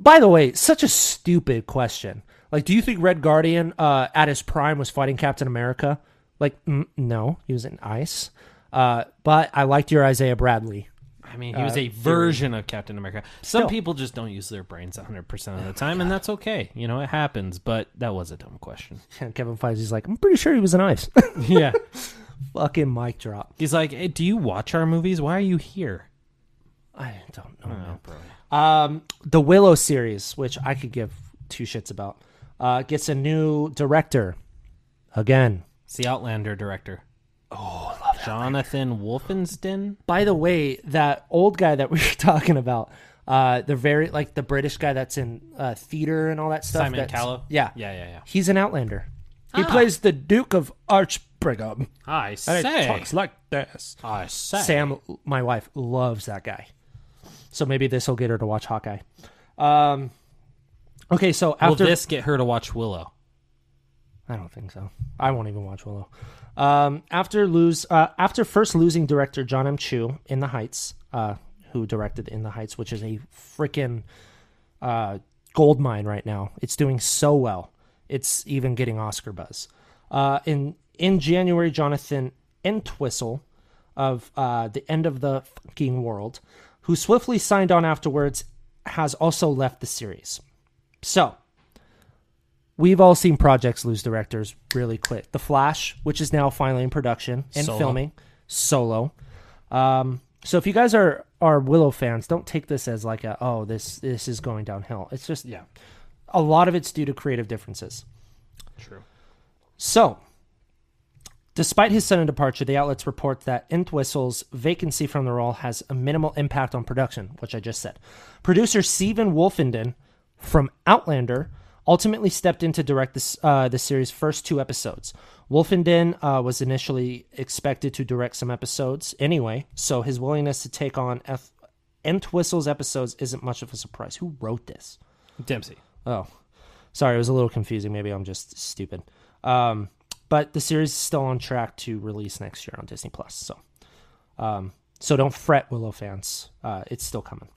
Speaker 3: by the way, such a stupid question. Like, do you think Red Guardian uh, at his prime was fighting Captain America? Like, mm, no, he was in ice. Uh, but I liked your Isaiah Bradley. [laughs]
Speaker 2: I mean, he was a version of Captain America. Some people just don't use their brains 100% of the time, and that's okay. You know, it happens, but that was a dumb question.
Speaker 3: And Kevin Feige's like, I'm pretty sure he was in ice.
Speaker 2: [laughs]
Speaker 3: [laughs]
Speaker 2: Yeah.
Speaker 3: Fucking mic drop.
Speaker 2: He's like, hey, Do you watch our movies? Why are you here?
Speaker 3: I don't know.
Speaker 2: Oh, bro.
Speaker 3: Um, the Willow series, which I could give two shits about, uh, gets a new director. Again,
Speaker 2: It's the Outlander director. Oh, I love Jonathan Wolfenston.
Speaker 3: by the way, that old guy that we were [laughs] talking about, uh, the very like the British guy that's in uh, theater and all that stuff.
Speaker 2: Simon
Speaker 3: that's-
Speaker 2: Callow?
Speaker 3: Yeah,
Speaker 2: Yeah, yeah, yeah.
Speaker 3: He's an Outlander. He plays the Duke of Archbrigham.
Speaker 2: I
Speaker 3: And he
Speaker 2: say.
Speaker 3: talks like this.
Speaker 2: I say.
Speaker 3: Sam, my wife, loves that guy. So maybe this will get her to watch Hawkeye. Um, okay, so
Speaker 2: Will
Speaker 3: after
Speaker 2: this get her to watch Willow?
Speaker 3: I don't think so. I won't even watch Willow. Um, after lose, uh, after first losing director John M. Chu in the Heights, uh, who directed In the Heights, which is a freaking uh, gold mine right now. It's doing so well. It's even getting Oscar buzz. Uh, in in January, Jonathan Entwistle of uh, the End of the Fucking World, who swiftly signed on afterwards, has also left the series. So we've all seen projects lose directors really quick. The Flash, which is now finally in production and
Speaker 2: Solo.
Speaker 3: filming, solo. Um, so if you guys are are Willow fans, don't take this as like a oh this this is going downhill. It's just yeah, a lot of it's due to creative differences.
Speaker 2: True.
Speaker 3: So, despite his sudden departure, the outlets report that Entwistle's vacancy from the role has a minimal impact on production, which I just said. Producer Steven Wolfenden from Outlander ultimately stepped in to direct this, uh, the series' first two episodes. Wolfenden uh, was initially expected to direct some episodes anyway, so his willingness to take on F- Entwistle's episodes isn't much of a surprise. Who wrote this?
Speaker 2: Dempsey.
Speaker 3: Oh, sorry, it was a little confusing. Maybe I'm just stupid. Um, but the series is still on track to release next year on Disney Plus. So, um, so don't fret, Willow fans. Uh, it's still coming.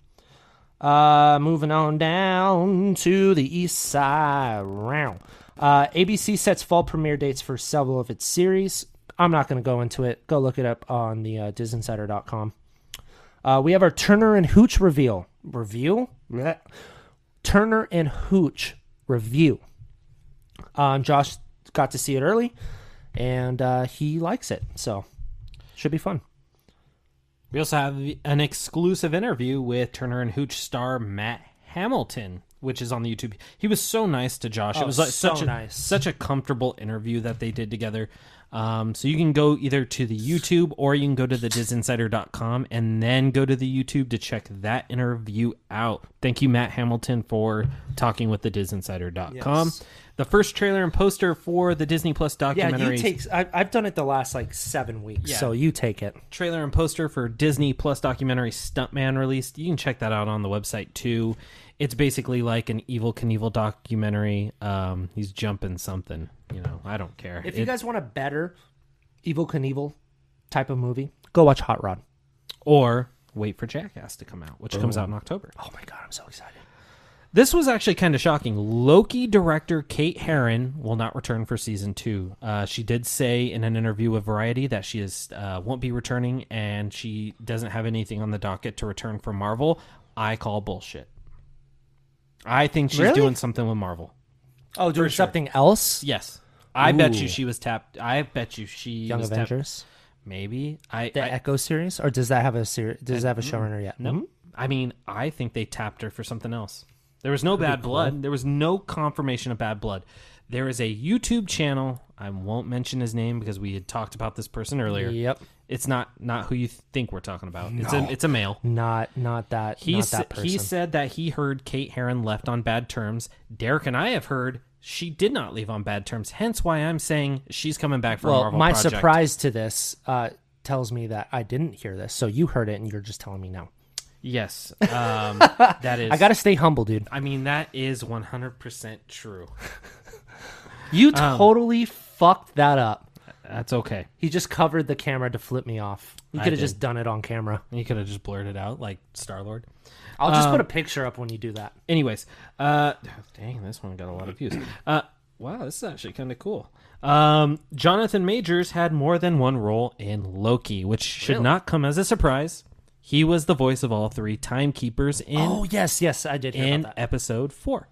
Speaker 3: Uh, moving on down to the east side round. Uh, ABC sets fall premiere dates for several of its series. I'm not going to go into it. Go look it up on the uh, disinsider.com. Uh, we have our Turner and Hooch reveal. Reveal? Blech. Turner and Hooch review. Um, Josh got to see it early, and uh, he likes it, so should be fun.
Speaker 2: We also have an exclusive interview with Turner and Hooch star Matt Hamilton, which is on the YouTube. He was so nice to Josh.
Speaker 3: Oh,
Speaker 2: it was like
Speaker 3: so
Speaker 2: such a,
Speaker 3: nice.
Speaker 2: such a comfortable interview that they did together. Um, so you can go either to the YouTube or you can go to the disinsider.com and then go to the YouTube to check that interview out. Thank you, Matt Hamilton, for talking with the disinsider.com.
Speaker 3: Yes.
Speaker 2: The first trailer and poster for the Disney Plus
Speaker 3: Yeah,
Speaker 2: documentary
Speaker 3: you take. I, I've done it the last like seven weeks,
Speaker 2: Yeah.
Speaker 3: so you take it.
Speaker 2: trailer and poster for Disney Plus documentary Stuntman released. You can check that out on the website too. It's basically like an Evil Knievel documentary. Um, he's jumping something. You know, I don't care.
Speaker 3: If you
Speaker 2: It-
Speaker 3: guys want a better Evil Knievel type of movie, go watch Hot Rod.
Speaker 2: or wait for Jackass to come out, which comes out in October.
Speaker 3: Oh my god, I'm so excited.
Speaker 2: This was actually kind of shocking. Loki director Kate Herron will not return for season two. Uh, she did say in an interview with Variety that she is uh, won't be returning, and she doesn't have anything on the docket to return for Marvel. I call bullshit. I think she's
Speaker 3: Really?
Speaker 2: doing something with Marvel.
Speaker 3: Oh, doing something else?
Speaker 2: Yes, I bet you
Speaker 3: Ooh.
Speaker 2: she was tapped. I bet you she
Speaker 3: Young
Speaker 2: was tapped-
Speaker 3: Avengers,
Speaker 2: Maybe I.
Speaker 3: the
Speaker 2: I- Mm-hmm.
Speaker 3: Echo series, or does that have a series? Does that have a showrunner yet? No.
Speaker 2: I mean, I think they tapped her for something else. There was no bad blood. There was no confirmation of bad blood. There is a YouTube channel. I won't mention his name because we had talked about this person earlier.
Speaker 3: Yep.
Speaker 2: It's not not who you th- think we're talking about. It's a it's a male.
Speaker 3: Not not that.
Speaker 2: He
Speaker 3: not that
Speaker 2: sa-
Speaker 3: person.
Speaker 2: he said that he heard Kate Heron left on bad terms. Derek and I have heard she did not leave on bad terms. Hence why I'm saying she's coming back for a
Speaker 3: well,
Speaker 2: Marvel
Speaker 3: my
Speaker 2: project.
Speaker 3: surprise to this uh, tells me that I didn't hear this, so you heard it, and you're just telling me now.
Speaker 2: Yes,
Speaker 3: [laughs]
Speaker 2: um, that is.
Speaker 3: I gotta stay humble, dude.
Speaker 2: I mean, that is 100 percent true.
Speaker 3: You totally fucked that up.
Speaker 2: That's okay.
Speaker 3: He just covered the camera to flip me off. You
Speaker 2: I
Speaker 3: could have
Speaker 2: did.
Speaker 3: just done it on camera.
Speaker 2: You could have just blurted out like Star Lord.
Speaker 3: I'll just put a picture up when you do that.
Speaker 2: Anyways, uh, [laughs] dang, this one got a lot of views. [clears throat] Uh, wow, this is actually kind of cool. Um, Jonathan Majors had more than one role in Loki, which should not come as a surprise. He was the voice of all three timekeepers in
Speaker 3: Oh yes, yes, I did hear
Speaker 2: in
Speaker 3: about that.
Speaker 2: episode four.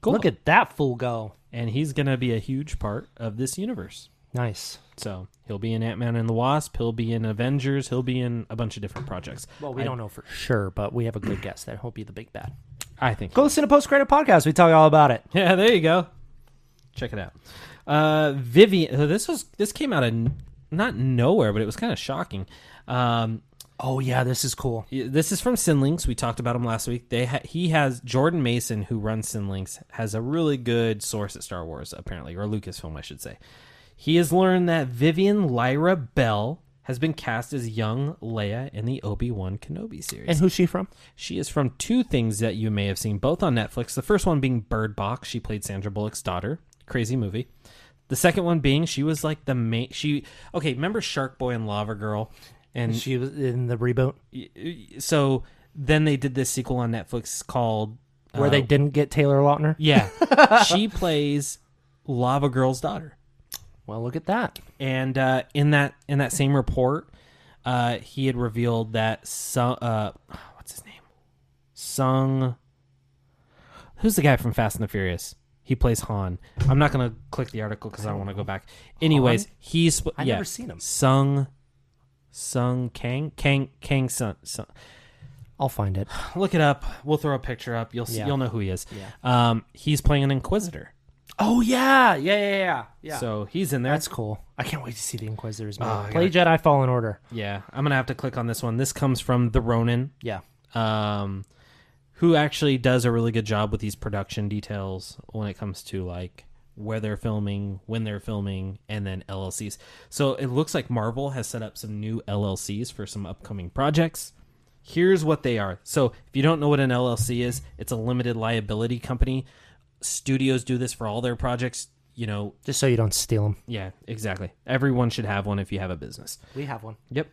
Speaker 2: Cool.
Speaker 3: Look at that fool go.
Speaker 2: and he's gonna be a huge part of this universe.
Speaker 3: Nice.
Speaker 2: So he'll be in Ant Man and the Wasp. He'll be in Avengers. He'll be in a bunch of different projects.
Speaker 3: Well, we don't know for sure, but we have a good guess there. He'll be the big bad.
Speaker 2: I think
Speaker 3: Go listen to post credit podcast. We talk all about it.
Speaker 2: [laughs] Yeah, there you go. Check it out. Uh, Vivian, uh, this was this came out of n- not nowhere, but it was kind of shocking. Um,
Speaker 3: Oh yeah, this is cool.
Speaker 2: y- this is from Sinlinks. We talked about him last week. They ha- he has Jordan Mason, who runs Sinlinks, has a really good source at Star Wars apparently, or Lucasfilm, I should say. He has learned that Vivian Lyra Bell has been cast as young Leia in the Obi Wan Kenobi series.
Speaker 3: And who's she from?
Speaker 2: She is from two things that you may have seen, both on Netflix. The first one being Bird Box. She played Sandra Bullock's daughter. Crazy movie. The second one being she was like the main. She okay. Remember Shark Boy and Lava Girl, and
Speaker 3: She was in the reboot
Speaker 2: so then they did this sequel on Netflix called
Speaker 3: where they didn't get Taylor Lautner.
Speaker 2: yeah. she plays Lava Girl's daughter.
Speaker 3: Well, look at that.
Speaker 2: and uh, in that in that same report, uh, he had revealed that Sung, uh, what's his name, Sung, who's the guy from Fast and the Furious? He plays Han. I'm not gonna click the article because I want to go back. Anyways, he's
Speaker 3: I've
Speaker 2: yeah,
Speaker 3: never seen him.
Speaker 2: Sung, Sung Kang, Kang, Kang Sun. Sun.
Speaker 3: I'll find it.
Speaker 2: Look it up. We'll throw a picture up. You'll see,
Speaker 3: Yeah.
Speaker 2: you'll know who he is. Um, he's playing an Inquisitor,
Speaker 3: Oh yeah, yeah, yeah, yeah. yeah. Oh,
Speaker 2: so he's in there.
Speaker 3: That's cool. I can't wait to see the Inquisitors movie.
Speaker 2: I
Speaker 3: Play Jedi Fallen Order.
Speaker 2: yeah, I'm gonna have to click on this one. This comes from the Ronin.
Speaker 3: Yeah.
Speaker 2: um, who actually does a really good job with these production details when it comes to like where they're filming, when they're filming, and then LLCs. So it looks like Marvel has set up some new LLCs for some upcoming projects. Here's what they are. So if you don't know what an LLC is, it's a limited liability company. Studios do this for all their projects. You know,
Speaker 3: Just so you don't steal them.
Speaker 2: yeah, exactly. Everyone should have one if you have a business.
Speaker 3: We have one.
Speaker 2: Yep.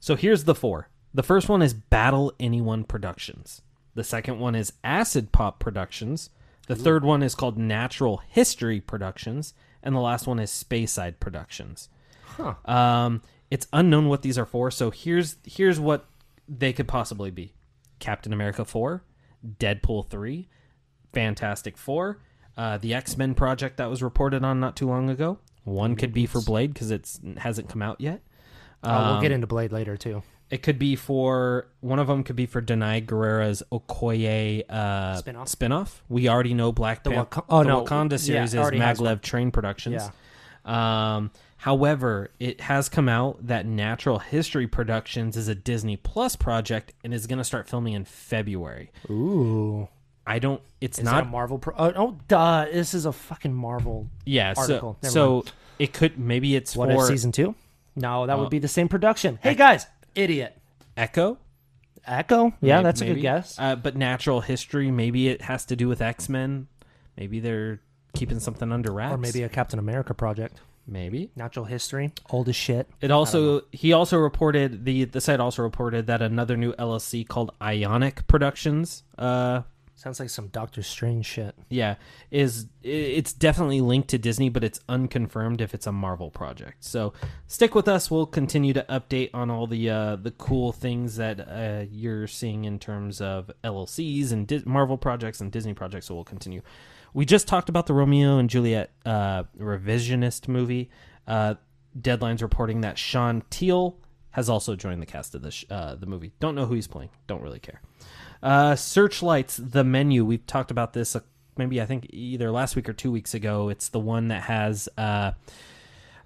Speaker 2: So here's the four. The first one is Battle Anyone Productions. The second one is Acid Pop Productions. The third one is called Natural History Productions, and the last one is Spayside Productions. Um, it's unknown what these are for. So here's here's what they could possibly be: Captain America four, Deadpool three, Fantastic Four, uh, the X Men project that was reported on not too long ago. One could be for Blade because it hasn't come out yet.
Speaker 3: Uh, we'll get into Blade later too.
Speaker 2: It could be for one of them. Could be for Denai Guerrera's Okoye uh,
Speaker 3: Spinoff?
Speaker 2: Spinoff. We already know Black
Speaker 3: The
Speaker 2: Panther.
Speaker 3: Wak- oh,
Speaker 2: the
Speaker 3: no. Yeah,
Speaker 2: Wakanda series is
Speaker 3: already has one.
Speaker 2: Maglev Train Productions. Um, however, it has come out that Natural History Productions is a Disney Plus project and is going to start filming in February.
Speaker 3: Ooh,
Speaker 2: I don't. It's
Speaker 3: not
Speaker 2: not.
Speaker 3: a Marvel. Pro- oh, oh, duh! This is a fucking Marvel.
Speaker 2: yeah.
Speaker 3: article.
Speaker 2: So,
Speaker 3: Never
Speaker 2: so it could maybe it's
Speaker 3: What
Speaker 2: for
Speaker 3: if season two? Oh. No, that would be the same production. Hey guys, idiot.
Speaker 2: Echo.
Speaker 3: Echo. Yeah,
Speaker 2: May-
Speaker 3: that's a
Speaker 2: maybe.
Speaker 3: good guess.
Speaker 2: Uh, but natural history, maybe it has to do with X Men. Maybe they're keeping something under wraps.
Speaker 3: or maybe a Captain America project.
Speaker 2: maybe
Speaker 3: Natural history, old as shit.
Speaker 2: it also he also reported the the site also reported that another new LLC called Ionic Productions. Uh,
Speaker 3: Sounds like some Doctor Strange shit.
Speaker 2: yeah, is i- it's definitely linked to Disney, but it's unconfirmed if it's a Marvel project. So stick with us. We'll continue to update on all the uh, the cool things that uh, you're seeing in terms of LLCs and Di- Marvel projects and Disney projects. So we'll continue. We just talked about the Romeo and Juliet uh, revisionist movie. Uh, Deadline's reporting that Sean Teal has also joined the cast of the sh- uh, the movie. Don't know who he's playing. Don't really care. Uh, Searchlights, the menu. We've talked about this uh, maybe I think either last week or two weeks ago. It's the one that has, uh,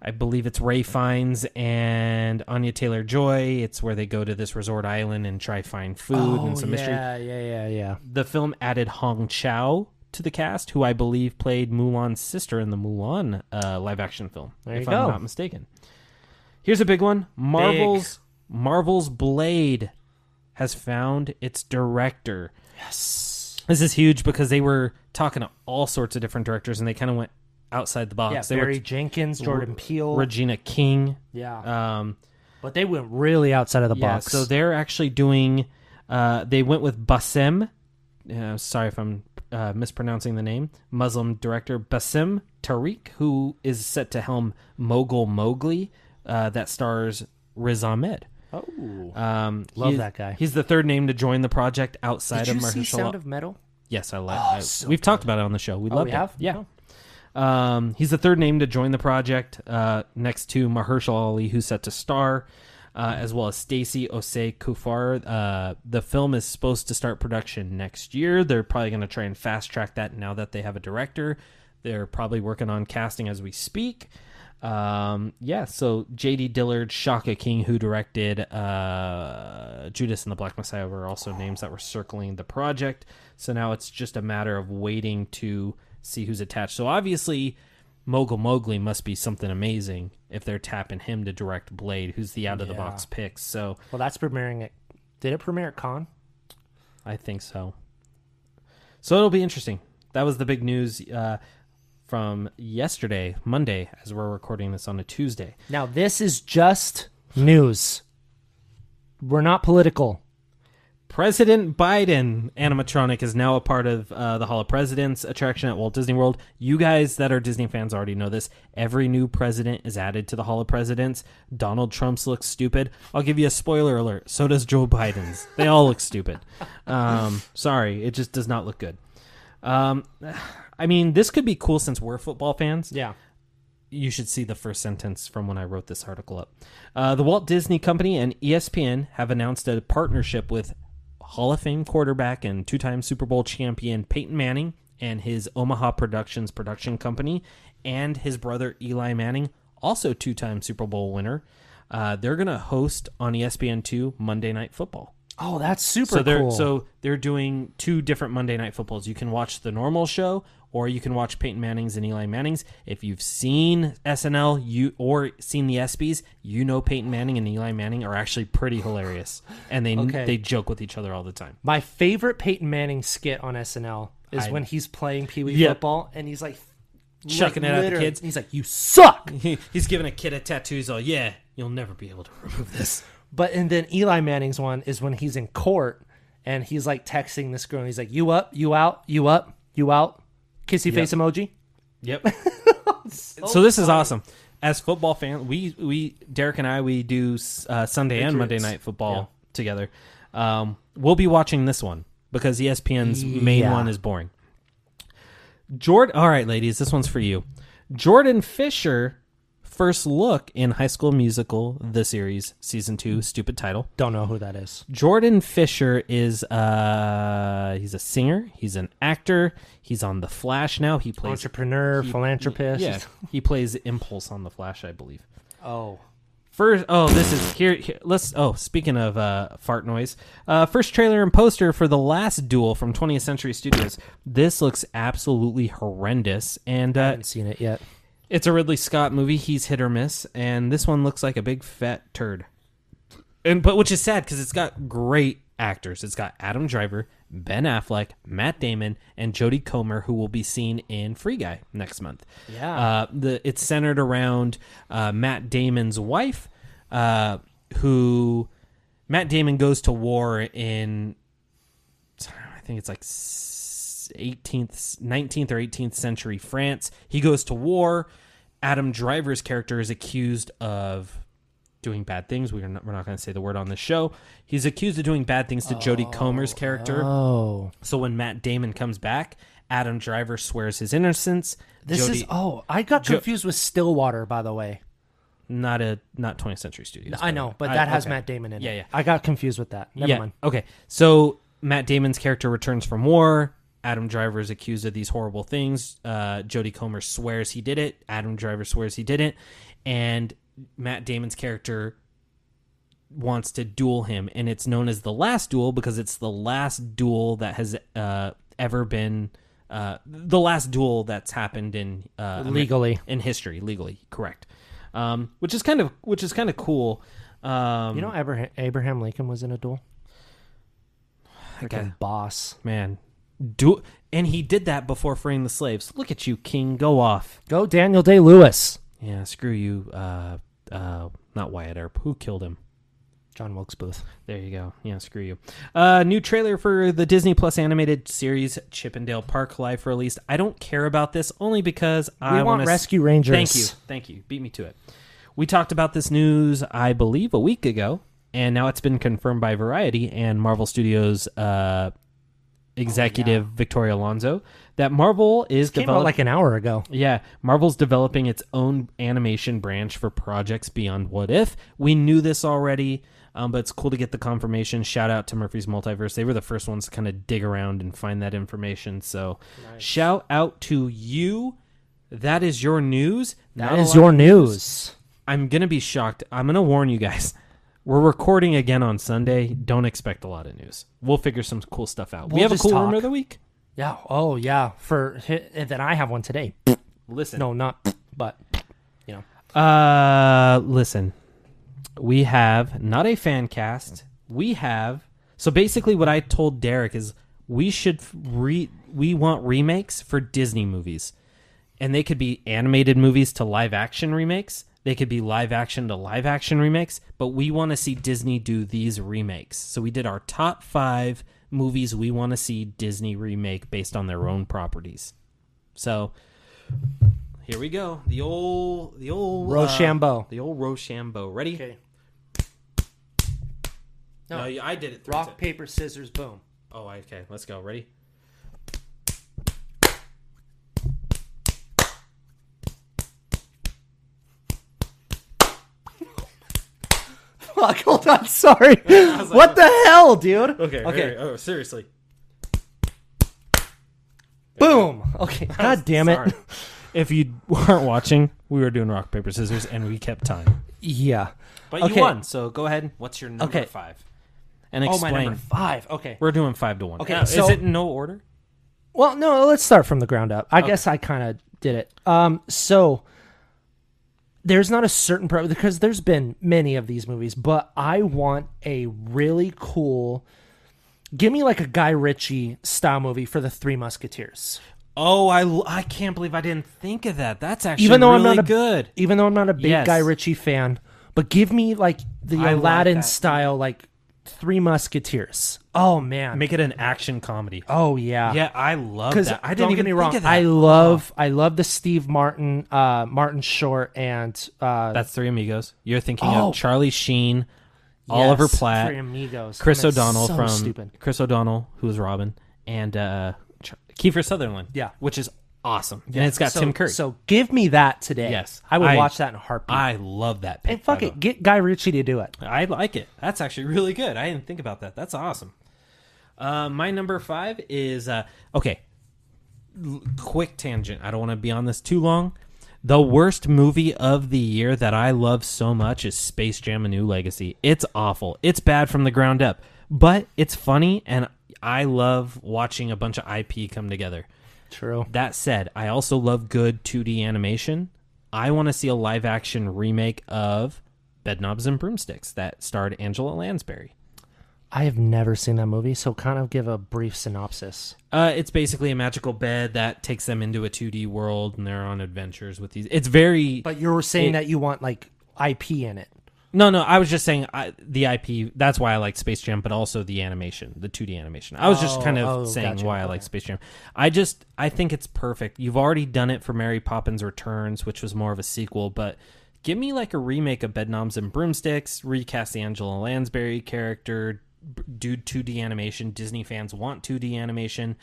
Speaker 2: I believe it's Ray Fiennes and Anya Taylor Joy. It's where they go to this resort island and try find food and some mystery.
Speaker 3: Oh, yeah, yeah, yeah, yeah.
Speaker 2: The film added Hong Chow to the cast, who I believe played Mulan's sister in the Mulan uh, live action film,
Speaker 3: There
Speaker 2: if
Speaker 3: you
Speaker 2: I'm
Speaker 3: go.
Speaker 2: not mistaken. Here's a big one: Marvel's Marvel's Blade has found its director.
Speaker 3: Yes.
Speaker 2: This is huge because they were talking to all sorts of different directors, and they kind of went outside the box.
Speaker 3: Yeah,
Speaker 2: they
Speaker 3: Barry
Speaker 2: were
Speaker 3: Jenkins, Jordan Peele.
Speaker 2: Regina King.
Speaker 3: yeah,
Speaker 2: Um,
Speaker 3: but they went really outside of the
Speaker 2: yeah,
Speaker 3: box.
Speaker 2: so they're actually doing. Uh, they went with Bassem. Uh, sorry if I'm uh, mispronouncing the name. Muslim director Bassem Tariq, who is set to helm Mogul Mowgli, uh, that stars Riz Ahmed.
Speaker 3: oh,
Speaker 2: Um,
Speaker 3: Love
Speaker 2: he-
Speaker 3: that guy.
Speaker 2: He's the third name to join the project outside
Speaker 3: did you
Speaker 2: of
Speaker 3: see
Speaker 2: Mahershala.
Speaker 3: Sound of Metal?
Speaker 2: Yes, I like.
Speaker 3: Oh,
Speaker 2: I- we've talked about it on the show. We love
Speaker 3: we have? Oh.
Speaker 2: Yeah. Um, he's the third name to join the project, uh, next to Mahershala Ali, who's set to star, uh, as well as Stacey Osei Kufar. Uh, the film is supposed to start production next year. They're probably going to try and fast track that now that they have a director. They're probably working on casting as we speak. Um, yeah, so J.D. Dillard, Shaka King, who directed uh, Judas and the Black Messiah, were also names that were circling the project. So now it's just a matter of waiting to see who's attached. So obviously, Mogul Mowgli must be something amazing if they're tapping him to direct Blade, who's the out of the box pick. So
Speaker 3: Well, that's premiering it. Did it premiere at Con?
Speaker 2: I think so. So it'll be interesting. That was the big news uh, from yesterday, Monday, as we're recording this on a Tuesday.
Speaker 3: Now this is just news. We're not political.
Speaker 2: President Biden animatronic is now a part of uh, the Hall of Presidents attraction at Walt Disney World. You guys that are Disney fans already know this. Every new president is added to the Hall of Presidents. Donald Trump's looks stupid. I'll give you a spoiler alert. So does Joe Biden's. They all look stupid. Um, sorry, it just does not look good. Um, [sighs] I mean, this could be cool since we're football fans
Speaker 3: Yeah.
Speaker 2: you should see the first sentence from when I wrote this article up. Uh, the Walt Disney Company and E ESPN have announced a partnership with Hall of Fame quarterback and two time Super Bowl champion Peyton Manning and his Omaha Productions production company and his brother Eli Manning, also two time Super Bowl winner. Uh, they're going to host on E ESPN2 Monday Night Football
Speaker 3: Oh, that's super
Speaker 2: so they're
Speaker 3: cool.
Speaker 2: so they're doing two different Monday Night Footballs. You can watch the normal show, or you can watch Peyton Manning's and Eli Manning's. If you've seen SNL, you or seen the ESPYS, you know Peyton Manning and Eli Manning are actually pretty hilarious, and they
Speaker 3: Okay.
Speaker 2: they joke with each other all the time.
Speaker 3: My favorite Peyton Manning skit on SNL is when he's playing Pee Wee
Speaker 2: Yeah.
Speaker 3: football and he's like
Speaker 2: Chucking it at the
Speaker 3: literally-
Speaker 2: kids.
Speaker 3: He's like, "You suck."
Speaker 2: He's giving a kid a tattoo. He's all, "Yeah, you'll never be able to [laughs] remove this."
Speaker 3: But and then Eli Manning's one is when he's in court and he's like texting this girl and he's like, "You up? You out? You up? You out?" Kissy face emoji.
Speaker 2: [laughs] Yep. so, this is awesome. As football fans, we we Derek and I we do uh, Sunday and Monday night football together. Um, we'll be watching this one because E ESPN's main
Speaker 3: Yeah.
Speaker 2: one is boring. Jordan, all right, ladies, this one's for you. Jordan Fisher first look in High School Musical, the series, season two, stupid title.
Speaker 3: Don't know who that is.
Speaker 2: Jordan Fisher is uh he's a singer, he's an actor, he's on The Flash now. He plays
Speaker 3: Entrepreneur,
Speaker 2: he-
Speaker 3: philanthropist. [laughs]
Speaker 2: Yeah, he plays Impulse on The Flash, I believe.
Speaker 3: Oh.
Speaker 2: First, oh, this is here. here let's. Oh, speaking of uh, fart noise, uh, first trailer and poster for the last duel from 20th Century Studios. This looks absolutely horrendous, and uh,
Speaker 3: Haven't seen it yet.
Speaker 2: it's a Ridley Scott movie. He's hit or miss, and this one looks like a big fat turd. And but which is sad because it's got great actors. It's got Adam Driver, Ben Affleck, Matt Damon, and Jodie Comer, who will be seen in Free Guy next month.
Speaker 3: Yeah.
Speaker 2: uh, the it's centered around uh, Matt Damon's wife, uh, who Matt Damon goes to war in I think it's like s- 18th, 19th or 18th century France. He goes to war. Adam Driver's character is accused of doing bad things. We're not, we're not going to say the word on this show. He's accused of doing bad things to Jodie Comer's character.
Speaker 3: Oh.
Speaker 2: So when Matt Damon comes back, Adam Driver swears his innocence.
Speaker 3: This
Speaker 2: Jodie-
Speaker 3: is oh, I got
Speaker 2: Jo-
Speaker 3: confused with Stillwater, by the way.
Speaker 2: not a not 20th Century Studios. by
Speaker 3: I
Speaker 2: the
Speaker 3: know,
Speaker 2: way.
Speaker 3: but
Speaker 2: I-
Speaker 3: that has
Speaker 2: okay.
Speaker 3: Matt Damon in
Speaker 2: Yeah,
Speaker 3: it.
Speaker 2: yeah.
Speaker 3: I got confused with that. Never mind.
Speaker 2: Okay. So Matt Damon's character returns from war. Adam Driver is accused of these horrible things. Uh, Jodie Comer swears he did it. Adam Driver swears he didn't. And Matt Damon's character wants to duel him. And it's known as the last duel because it's the last duel that has uh, ever been. Uh, the last duel that's happened in uh, Amer-
Speaker 3: Legally.
Speaker 2: in history legally correct um, which is kind of which is kind of cool um,
Speaker 3: You know Abraham, Abraham Lincoln was in a duel?
Speaker 2: okay.
Speaker 3: Freaking boss.
Speaker 2: man do and he did that before freeing the slaves look at you king go off
Speaker 3: Go Daniel Day Lewis.
Speaker 2: yeah screw you uh uh not wyatt earp who killed him
Speaker 3: John Wilkes Booth.
Speaker 2: there you go yeah screw you uh new trailer for the disney plus animated series chippendale park life released i don't care about this only because
Speaker 3: We
Speaker 2: i
Speaker 3: want
Speaker 2: wanna s-
Speaker 3: Rescue Rangers.
Speaker 2: Thank you. Thank you. Beat me to it. We talked about this news, I believe, a week ago, and now it's been confirmed by Variety and Marvel Studios
Speaker 3: Oh,
Speaker 2: uh, executive Victoria Alonso that Marvel is
Speaker 3: Came out
Speaker 2: developing.
Speaker 3: like an hour ago.
Speaker 2: Yeah, Marvel's developing its own animation branch for projects beyond What If. We knew this already, um, but it's cool to get the confirmation. Shout out to Murphy's Multiverse. They were the first ones to kind of dig around and find that information. So, shout out to you. That is your news.
Speaker 3: That
Speaker 2: Not a
Speaker 3: is
Speaker 2: lot-
Speaker 3: your news.
Speaker 2: I'm going to be shocked. I'm going to warn you guys. We're recording again on Sunday. Don't expect a lot of news. We'll figure some cool stuff out. we
Speaker 3: We'll
Speaker 2: have a
Speaker 3: just
Speaker 2: cool
Speaker 3: talk.
Speaker 2: rumor of the week.
Speaker 3: Yeah. Oh, yeah. For and then I have one today.
Speaker 2: Listen.
Speaker 3: No, not. But you know,
Speaker 2: Uh, listen, we have not a fan cast. We have so basically what I told Derek is we should re we want remakes for Disney movies, and they could be animated movies to live action remakes. They could be live action to live action remakes, but we want to see Disney do these remakes. So we did our top five movies we want to see Disney remake based on their own properties. So here we go. The old, the old uh,
Speaker 3: Rochambeau.
Speaker 2: the old Rochambeau. Ready?
Speaker 3: Okay.
Speaker 2: No,
Speaker 3: No.
Speaker 2: I did it. Three
Speaker 3: rock,
Speaker 2: two.
Speaker 3: paper, scissors, boom.
Speaker 2: Oh, okay. Let's go. Ready?
Speaker 3: Fuck. Hold on. Sorry. [laughs] what the hell, dude? Okay.
Speaker 2: Oh, seriously.
Speaker 3: Boom. [laughs] Okay. God damn it.
Speaker 2: Sorry. [laughs] if you weren't watching, we were doing rock paper scissors, and we kept time.
Speaker 3: Yeah.
Speaker 2: But
Speaker 3: Okay.
Speaker 2: you won, so go ahead. What's your number
Speaker 3: Okay.
Speaker 2: five? And
Speaker 3: Oh,
Speaker 2: explain.
Speaker 3: my number five. Okay.
Speaker 2: We're doing five to one.
Speaker 3: Okay,
Speaker 2: Now,
Speaker 3: so-
Speaker 2: is it in no order?
Speaker 3: Well, no, let's start from the ground up. I guess I kind of did it. Um, so there's not a certain pro because there's been many of these movies, but I want a really cool. Give me like a Guy Ritchie style movie for the Three Musketeers.
Speaker 2: Oh, I, l- I can't believe I didn't think of that. That's actually
Speaker 3: Even though I'm
Speaker 2: really
Speaker 3: not a-
Speaker 2: good.
Speaker 3: Even though I'm not a big
Speaker 2: Yes.
Speaker 3: Guy Ritchie fan, but give me like the
Speaker 2: I like
Speaker 3: Aladdin
Speaker 2: that.
Speaker 3: style, like Three Musketeers. Oh man.
Speaker 2: Make it an action comedy.
Speaker 3: oh yeah.
Speaker 2: Yeah, I love
Speaker 3: because
Speaker 2: that. I
Speaker 3: don't
Speaker 2: didn't even
Speaker 3: get me wrong.
Speaker 2: Think of that.
Speaker 3: I love I love the Steve Martin, uh, Martin Short, and uh,
Speaker 2: That's Three Amigos. You're thinking
Speaker 3: Oh.
Speaker 2: of Charlie Sheen, Oliver
Speaker 3: yes,
Speaker 2: Platt,
Speaker 3: Three Amigos,
Speaker 2: Chris
Speaker 3: And it's
Speaker 2: O'Donnell
Speaker 3: so
Speaker 2: from
Speaker 3: stupid.
Speaker 2: Chris O'Donnell, who was Robin, and uh, Ch- Kiefer Sutherland.
Speaker 3: Yeah.
Speaker 2: which is awesome, and it's got
Speaker 3: so,
Speaker 2: Tim Curry.
Speaker 3: So give me that today.
Speaker 2: Yes.
Speaker 3: I would
Speaker 2: I-
Speaker 3: watch that in a heartbeat.
Speaker 2: I love that pick.
Speaker 3: and fuck
Speaker 2: by the
Speaker 3: it, get Guy Ritchie to do it.
Speaker 2: I like it. That's actually really good. I didn't think about that. That's awesome. Uh, my number five is uh, okay. L- quick tangent. I don't want to be on this too long. The worst movie of the year that I love so much is Space Jam: A New Legacy. It's awful. It's bad from the ground up, but it's funny, and I love watching a bunch of IP come together.
Speaker 3: True.
Speaker 2: That said, I also love good 2D animation. I want to see a live action remake of Bedknobs and Broomsticks that starred Angela Lansbury.
Speaker 3: I have never seen that movie, so kind of give a brief synopsis.
Speaker 2: Uh, it's basically a magical bed that takes them into a 2D world and they're on adventures with these. It's very.
Speaker 3: But you're saying that you want like IP in it.
Speaker 2: No, no, I was just saying I, the IP. That's why I like Space Jam, but also the animation, the 2D animation. I was just
Speaker 3: Oh,
Speaker 2: kind of
Speaker 3: oh,
Speaker 2: saying
Speaker 3: gotcha,
Speaker 2: why I like Space Jam. I just I think it's perfect. You've already done it for Mary Poppins Returns, which was more of a sequel, but give me like a remake of Bedknobs and Broomsticks, recast the Angela Lansbury character, b- do 2D animation. Disney fans want 2D animation.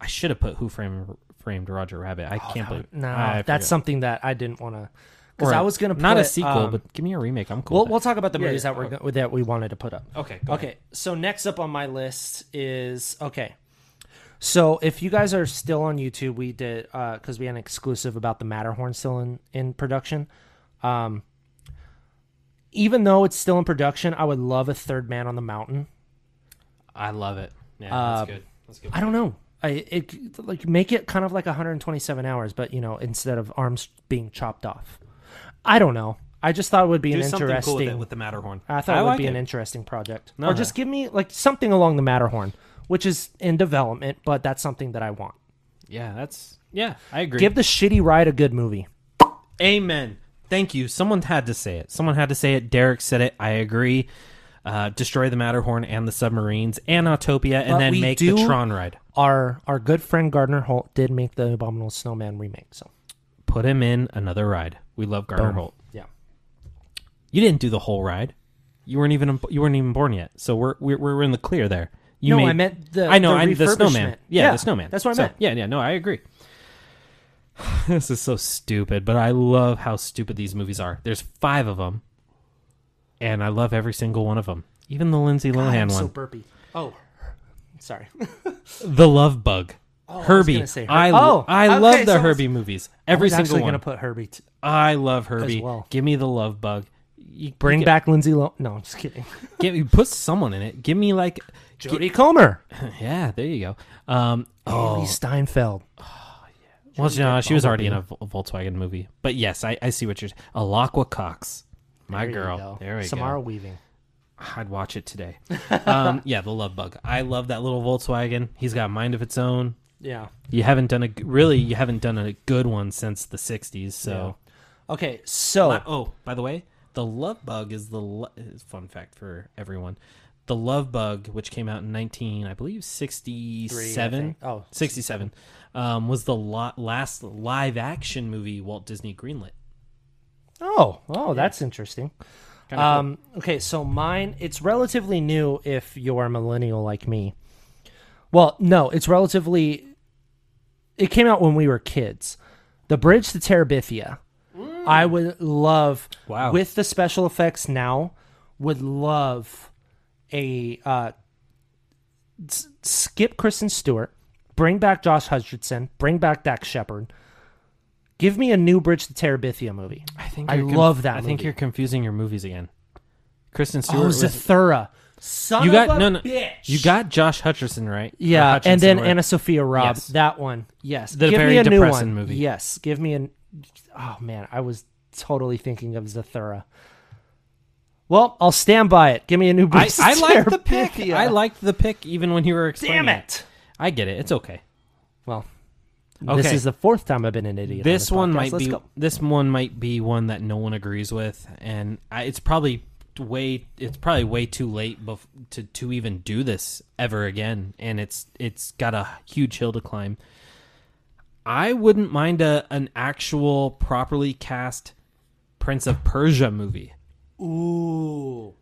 Speaker 2: I should have put Who Framed, Framed Roger Rabbit. I can't believe
Speaker 3: Oh, No,
Speaker 2: I
Speaker 3: that's
Speaker 2: forgot.
Speaker 3: something that I didn't want to. Because
Speaker 2: Or
Speaker 3: I was gonna put,
Speaker 2: not a sequel,
Speaker 3: um,
Speaker 2: but give me a remake. I'm cool.
Speaker 3: we'll
Speaker 2: with
Speaker 3: we'll talk about the
Speaker 2: Yeah,
Speaker 3: movies
Speaker 2: yeah,
Speaker 3: that we're go- that we wanted to put up.
Speaker 2: that. okay. Go ahead.
Speaker 3: okay, so next up on my list is okay. So if you guys are still on YouTube, we did because we had an exclusive about the Matterhorn still in in production. Um, even though it's still in production, I would love a third man on the mountain.
Speaker 2: I love it. Yeah, that's good. That's good.
Speaker 3: I don't know. I it like make it kind of like 127 hours, but you know instead of arms being chopped off. I don't know. I just thought it would be
Speaker 2: Do
Speaker 3: an
Speaker 2: something cool
Speaker 3: interesting.
Speaker 2: with, it, with the Matterhorn.
Speaker 3: I thought it would
Speaker 2: like
Speaker 3: be an interesting project.
Speaker 2: No,
Speaker 3: or
Speaker 2: no.
Speaker 3: just give me like something along the Matterhorn, which is in development, but that's something that I want.
Speaker 2: yeah, that's yeah. I agree.
Speaker 3: Give the shitty ride a good movie.
Speaker 2: Amen. Thank you. Someone had to say it. Someone had to say it. Derek said it. I agree. Uh, destroy the Matterhorn and the submarines and Autopia, and
Speaker 3: But
Speaker 2: then
Speaker 3: we
Speaker 2: make
Speaker 3: do-
Speaker 2: the Tron ride.
Speaker 3: Our our good friend Gardner Holt did make the Abominable Snowman remake, so
Speaker 2: Put him in another ride. We love Gardner Holt.
Speaker 3: yeah.
Speaker 2: You didn't do the whole ride. You weren't even you weren't even born yet. So we're we're, we're in the clear there. You
Speaker 3: No,
Speaker 2: made-
Speaker 3: I meant the-
Speaker 2: I know
Speaker 3: the
Speaker 2: I, the snowman.
Speaker 3: refurbishment.
Speaker 2: Yeah,
Speaker 3: Yeah,
Speaker 2: the snowman.
Speaker 3: that's what I
Speaker 2: So,
Speaker 3: meant.
Speaker 2: Yeah, yeah. No, I agree. [sighs] this is so stupid, but I love how stupid these movies are. There's five of them, and I love every single one of them. Even the Lindsay Lohan
Speaker 3: I'm so
Speaker 2: one,
Speaker 3: burpy. Oh, [laughs] sorry.
Speaker 2: the Love Bug, Herbie. I,
Speaker 3: Oh, gonna say Her-
Speaker 2: I,
Speaker 3: Oh, okay,
Speaker 2: love
Speaker 3: so
Speaker 2: the
Speaker 3: I was-
Speaker 2: Herbie movies. Every
Speaker 3: I was
Speaker 2: single
Speaker 3: actually
Speaker 2: one.
Speaker 3: gonna put Herbie. T-
Speaker 2: I love Herbie.
Speaker 3: well.
Speaker 2: Give me the Love Bug. You-
Speaker 3: bring
Speaker 2: you-
Speaker 3: back Lindsay. Lo- no, I'm [laughs] just kidding.
Speaker 2: Give me put someone in it. Give me like
Speaker 3: Jodie Comer, Oh.
Speaker 2: Yeah, there you go. Um,
Speaker 3: Haley Steinfeld.
Speaker 2: well, no, she was already in a Vol- Volkswagen movie, but yes, I, I see what you're. Alakwa Cox, my
Speaker 3: There you
Speaker 2: girl.
Speaker 3: go.
Speaker 2: There we
Speaker 3: Samara
Speaker 2: go.
Speaker 3: Weaving.
Speaker 2: I'd watch it
Speaker 3: [laughs]
Speaker 2: today. um, yeah, the Love Bug. I love that little Volkswagen. He's got a mind of its own.
Speaker 3: Yeah.
Speaker 2: You haven't done a g- really. You haven't done a good one since the '60s. So,
Speaker 3: Okay, so
Speaker 2: Uh, oh, by the way, the Love Bug is the lo- is fun fact for everyone. The Love Bug, which came out in 19, I believe, 67.
Speaker 3: think. Oh.
Speaker 2: 67 um, was the lo- last live action movie Walt Disney greenlit.
Speaker 3: oh, oh, that's interesting.
Speaker 2: Kinda cool.
Speaker 3: Um, okay, so mine, it's relatively new if you're a millennial like me. Well, no, it's relatively. It came out when we were kids. The Bridge to Terabithia. I would love,
Speaker 2: Wow.
Speaker 3: with the special effects now, would love a uh, s- skip Kristen Stewart, bring back Josh Hutcherson, bring back Dax Shepard. Give me a new Bridge to Terabithia movie.
Speaker 2: I think
Speaker 3: I
Speaker 2: you're
Speaker 3: love that
Speaker 2: I think
Speaker 3: movie.
Speaker 2: you're confusing your movies again. Kristen Stewart.
Speaker 3: Oh,
Speaker 2: was,
Speaker 3: Zathura. Son
Speaker 2: you
Speaker 3: of
Speaker 2: got
Speaker 3: a
Speaker 2: no, no.
Speaker 3: bitch.
Speaker 2: You got Josh Hutcherson right. Or
Speaker 3: yeah, and
Speaker 2: Hutchinson,
Speaker 3: then
Speaker 2: whatever.
Speaker 3: Anna Sophia Robb.
Speaker 2: Yes.
Speaker 3: That one. Yes.
Speaker 2: The
Speaker 3: give
Speaker 2: very
Speaker 3: me a new
Speaker 2: depressing
Speaker 3: one.
Speaker 2: movie.
Speaker 3: Yes. Give me an. Oh man, I was totally thinking of Zathura. Well, I'll stand by it. Give me a new.
Speaker 2: I,
Speaker 3: Bruce [laughs]
Speaker 2: I liked the pick.
Speaker 3: Terabithia.
Speaker 2: I liked the pick, even when you were explaining.
Speaker 3: Damn it.
Speaker 2: I get it. It's okay.
Speaker 3: Well, this
Speaker 2: Okay.
Speaker 3: is the fourth time I've been an idiot. on
Speaker 2: This one
Speaker 3: podcast.
Speaker 2: might
Speaker 3: Let's
Speaker 2: be
Speaker 3: go.
Speaker 2: this one might be one that no one agrees with, and I, it's probably way it's probably way too late bef- to to even do this ever again, and it's it's got a huge hill to climb. I wouldn't mind a an actual properly cast Prince of Persia movie.
Speaker 3: Ooh,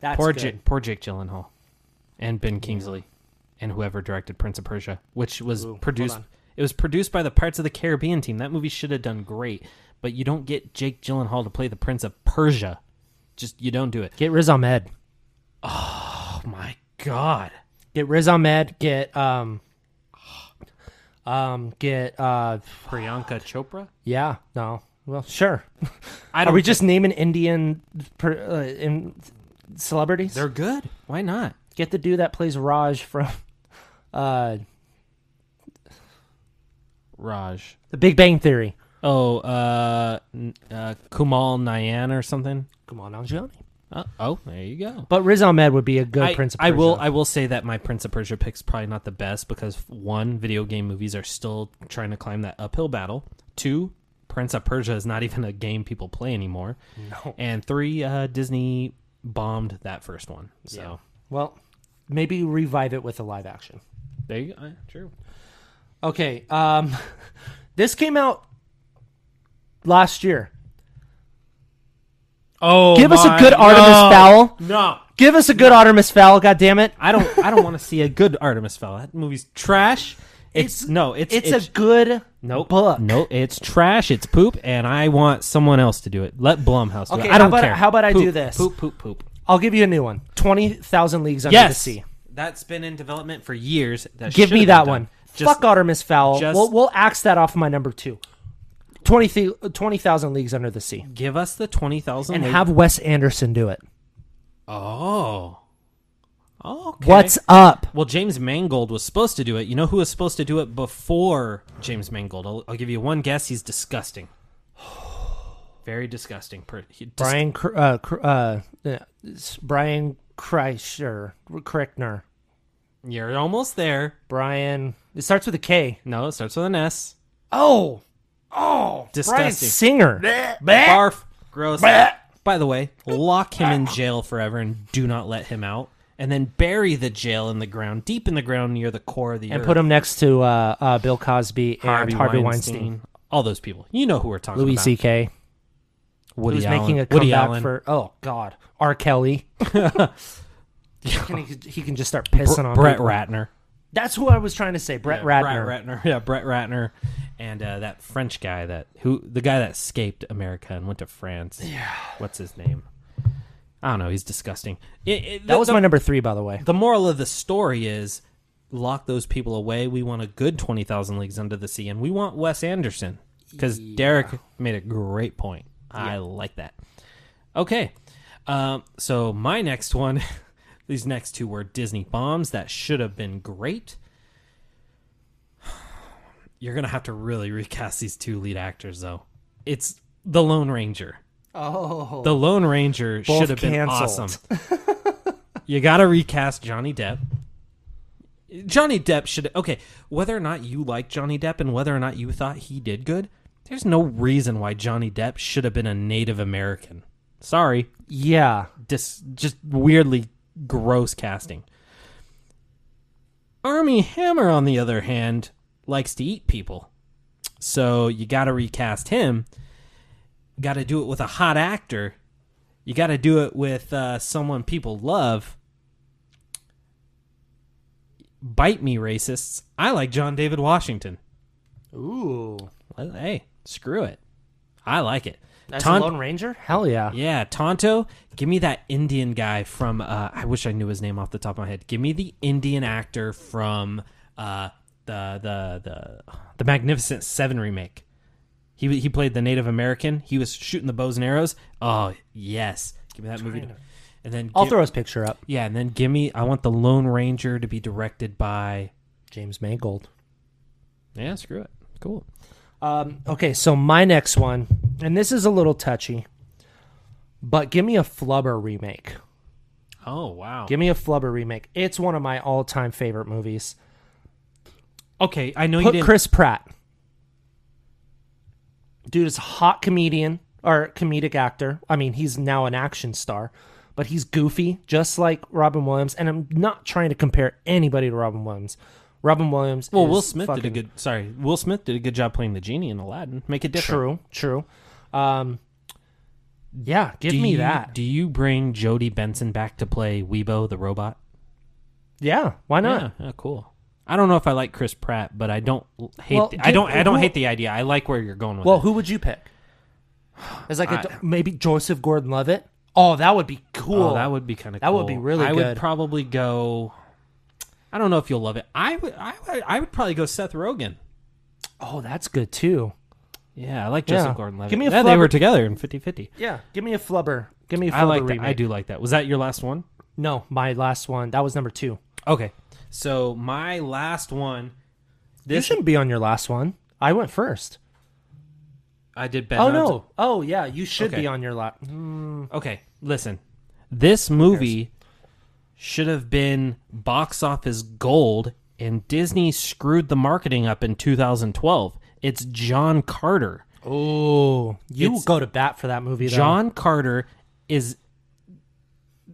Speaker 3: that's
Speaker 2: Poor
Speaker 3: good.
Speaker 2: Jake, poor Jake Gyllenhaal, and Ben Kingsley, and whoever directed Prince of Persia, which was produced.
Speaker 3: on.
Speaker 2: It was produced by the Pirates of the Caribbean team. That movie should have done great, but you don't get Jake Gyllenhaal to play the Prince of Persia. Just you don't do it.
Speaker 3: Get Riz Ahmed.
Speaker 2: Oh my god.
Speaker 3: Get Riz Ahmed. Get um, um, get uh,
Speaker 2: Priyanka Chopra?
Speaker 3: yeah. No. Well, sure.
Speaker 2: I
Speaker 3: Are
Speaker 2: don't
Speaker 3: we just naming Indian per, uh, in celebrities?
Speaker 2: They're good. Why not?
Speaker 3: Get the dude that plays Raj from uh,
Speaker 2: Raj.
Speaker 3: The Big Bang Theory.
Speaker 2: Oh, uh, n- uh Kumal Nayan or something.
Speaker 3: Come on, Angiani.
Speaker 2: Uh, oh, there you go.
Speaker 3: But Riz Ahmed would be a good
Speaker 2: I,
Speaker 3: Prince of
Speaker 2: I will.
Speaker 3: Persia.
Speaker 2: I will say that my Prince of Persia pick's probably not the best because one, video game movies are still trying to climb that uphill battle. Two, Prince of Persia is not [laughs] even a game people play anymore. No. And three, uh, Disney bombed that first one. So
Speaker 3: Well, maybe revive it with a live action.
Speaker 2: there you go. Uh, True.
Speaker 3: Okay. Um, [laughs] this came out last year.
Speaker 2: Oh,
Speaker 3: Give us a good Artemis Fowl.
Speaker 2: No,
Speaker 3: Give us a good Artemis Fowl. God damn it!
Speaker 2: I don't. I don't want to see a good Artemis Fowl. That movie's trash. It's, no. It's
Speaker 3: It's, a good
Speaker 2: no
Speaker 3: book.
Speaker 2: No, it's trash. It's poop, and I want someone else to do it. Let Blumhouse. do
Speaker 3: Okay,
Speaker 2: it. I
Speaker 3: how
Speaker 2: don't
Speaker 3: about-
Speaker 2: care.
Speaker 3: how about I
Speaker 2: Poop,
Speaker 3: do this?
Speaker 2: Poop, poop, poop.
Speaker 3: I'll give you a new one. Twenty thousand leagues under the
Speaker 2: Yes,
Speaker 3: sea.
Speaker 2: that's been in development for years. That
Speaker 3: Give
Speaker 2: should
Speaker 3: me
Speaker 2: have
Speaker 3: that
Speaker 2: been
Speaker 3: one.
Speaker 2: done. Just,
Speaker 3: Fuck Artemis Fowl.
Speaker 2: just-
Speaker 3: we'll, we'll axe that off my number two. 20,000 leagues under the sea,
Speaker 2: give us the twenty thousand
Speaker 3: and have Wes Anderson do it.
Speaker 2: Oh. Oh, okay.
Speaker 3: What's up?
Speaker 2: Well, James Mangold was supposed to do it. You know who was supposed to do it before James Mangold? I'll, I'll give you one guess. He's disgusting. Very disgusting. Per- he- dis-
Speaker 3: Brian, Cr- uh, Cr- uh, uh, s- Brian Kreischer, Krickner,
Speaker 2: You're almost there.
Speaker 3: Brian. It starts with a K.
Speaker 2: No, it starts with an S.
Speaker 3: Oh, oh, Brian
Speaker 2: Disgusting.
Speaker 3: Singer.
Speaker 2: Barf. Gross. By the way, lock him in jail forever and do not let him out. And then bury the jail in the ground, deep in the ground near the core of the
Speaker 3: and
Speaker 2: earth.
Speaker 3: put him next to uh, uh, Bill Cosby and Harvey, Weinstein,
Speaker 2: All those people. You know who we're talking
Speaker 3: Louis
Speaker 2: about.
Speaker 3: C.K.
Speaker 2: Woody
Speaker 3: who's
Speaker 2: Allen.
Speaker 3: making a
Speaker 2: Woody
Speaker 3: comeback
Speaker 2: Allen.
Speaker 3: for oh god, R. Kelly.
Speaker 2: [laughs]
Speaker 3: Can he, he can just start pissing on
Speaker 2: Brett
Speaker 3: people.
Speaker 2: Ratner.
Speaker 3: That's who I was trying to say. Brett
Speaker 2: Yeah,
Speaker 3: Ratner.
Speaker 2: Brett Ratner. Yeah, Brett Ratner, and uh, that French guy that who the guy that escaped America and went to France. Yeah, what's his name? I don't know. He's disgusting. It- it-
Speaker 3: That
Speaker 2: the,
Speaker 3: was
Speaker 2: the,
Speaker 3: my number three, by the way.
Speaker 2: the moral of the story is lock those people away. We want a good twenty thousand leagues under the sea, and we want Wes Anderson because Derek made a great point. I like that. Okay, um, so my next one. [laughs] These next two were Disney bombs that should have been great [sighs] you're gonna have to really [laughs] recast these two lead actors though it's the lone ranger oh the lone ranger should have been
Speaker 3: canceled.
Speaker 2: awesome [laughs] you gotta recast johnny depp johnny depp should okay whether or not you like johnny depp and whether or not you thought he did good there's no reason why johnny depp should have been a native american sorry
Speaker 3: Yeah,
Speaker 2: dis, just weirdly gross casting. Army Hammer, on the other hand, likes to eat people. So you got to recast him. Got to do it with a hot actor. You got to do it with uh, someone people love. Bite me, racists. I like John David Washington.
Speaker 3: ooh,
Speaker 2: Well, hey, screw it. I like it.
Speaker 3: that's
Speaker 2: Ton-
Speaker 3: a Lone Ranger. Hell yeah.
Speaker 2: yeah, Tonto. Give me that Indian guy from. Uh, I wish I knew his name off the top of my head. Give me the Indian actor from uh, the the the the Magnificent Seven remake. He he played the Native American. He was shooting the bows and arrows. Oh yes, give me that movie. And then
Speaker 3: I'll
Speaker 2: gi-
Speaker 3: throw his picture up.
Speaker 2: yeah, and then give me. I want the Lone Ranger to be directed by.
Speaker 3: James Mangold.
Speaker 2: Yeah, screw it. Cool.
Speaker 3: Um, okay, so my next one, and this is a little touchy, but give me a Flubber remake.
Speaker 2: Oh wow.
Speaker 3: Give me a Flubber remake. It's one of my all-time favorite movies.
Speaker 2: okay, I know you
Speaker 3: Put
Speaker 2: didn't.
Speaker 3: Chris Pratt. Dude is a hot comedian or comedic actor. I mean, he's now an action star, but he's goofy, just like Robin Williams. And I'm not trying to compare anybody to Robin Williams. Robin Williams.
Speaker 2: well,
Speaker 3: is
Speaker 2: Oh, Will Smith
Speaker 3: fucking
Speaker 2: did a good. Sorry, Will Smith did a good job playing the genie in Aladdin. Make it different.
Speaker 3: True, true. Um, yeah, give
Speaker 2: Do
Speaker 3: me
Speaker 2: you-
Speaker 3: that.
Speaker 2: Do you bring Jodie Benson back to play Weibo the robot?
Speaker 3: yeah, why not?
Speaker 2: yeah, cool. I don't know if I like Chris Pratt, but I don't l- hate.
Speaker 3: Well,
Speaker 2: the, I
Speaker 3: give-
Speaker 2: don't. I don't
Speaker 3: who-
Speaker 2: hate the idea. I like where you're going with
Speaker 3: Well,
Speaker 2: it.
Speaker 3: who would you pick? As like a
Speaker 2: I-
Speaker 3: maybe Joseph Gordon-Levitt. Oh, that would be cool.
Speaker 2: Oh, that would be kind of.
Speaker 3: That would be really
Speaker 2: I
Speaker 3: good.
Speaker 2: would probably go. I don't know if you'll love it. I would. I would, I would probably go Seth Rogen.
Speaker 3: Oh, that's good too.
Speaker 2: Yeah, I like Joseph
Speaker 3: Yeah.
Speaker 2: Gordon-Levitt.
Speaker 3: Give me a
Speaker 2: yeah, they
Speaker 3: flubber-
Speaker 2: were together in 50-50.
Speaker 3: Yeah, give me a flubber. Give me a flubber
Speaker 2: I like that.
Speaker 3: remake.
Speaker 2: I do like that. Was that your last one?
Speaker 3: No, my last one. That was number two.
Speaker 2: Okay. So my last one.
Speaker 3: You
Speaker 2: This
Speaker 3: shouldn't be on your last one. I went first.
Speaker 2: I did Ben.
Speaker 3: Oh
Speaker 2: Hudson.
Speaker 3: no. Oh yeah, you should
Speaker 2: Okay.
Speaker 3: be on your Mm. lot.
Speaker 2: Okay, listen. This movie should have been box office gold, and Disney screwed the marketing up in 2012. It's John Carter.
Speaker 3: Oh, you
Speaker 2: It's-
Speaker 3: go to bat for that movie. Though.
Speaker 2: John Carter is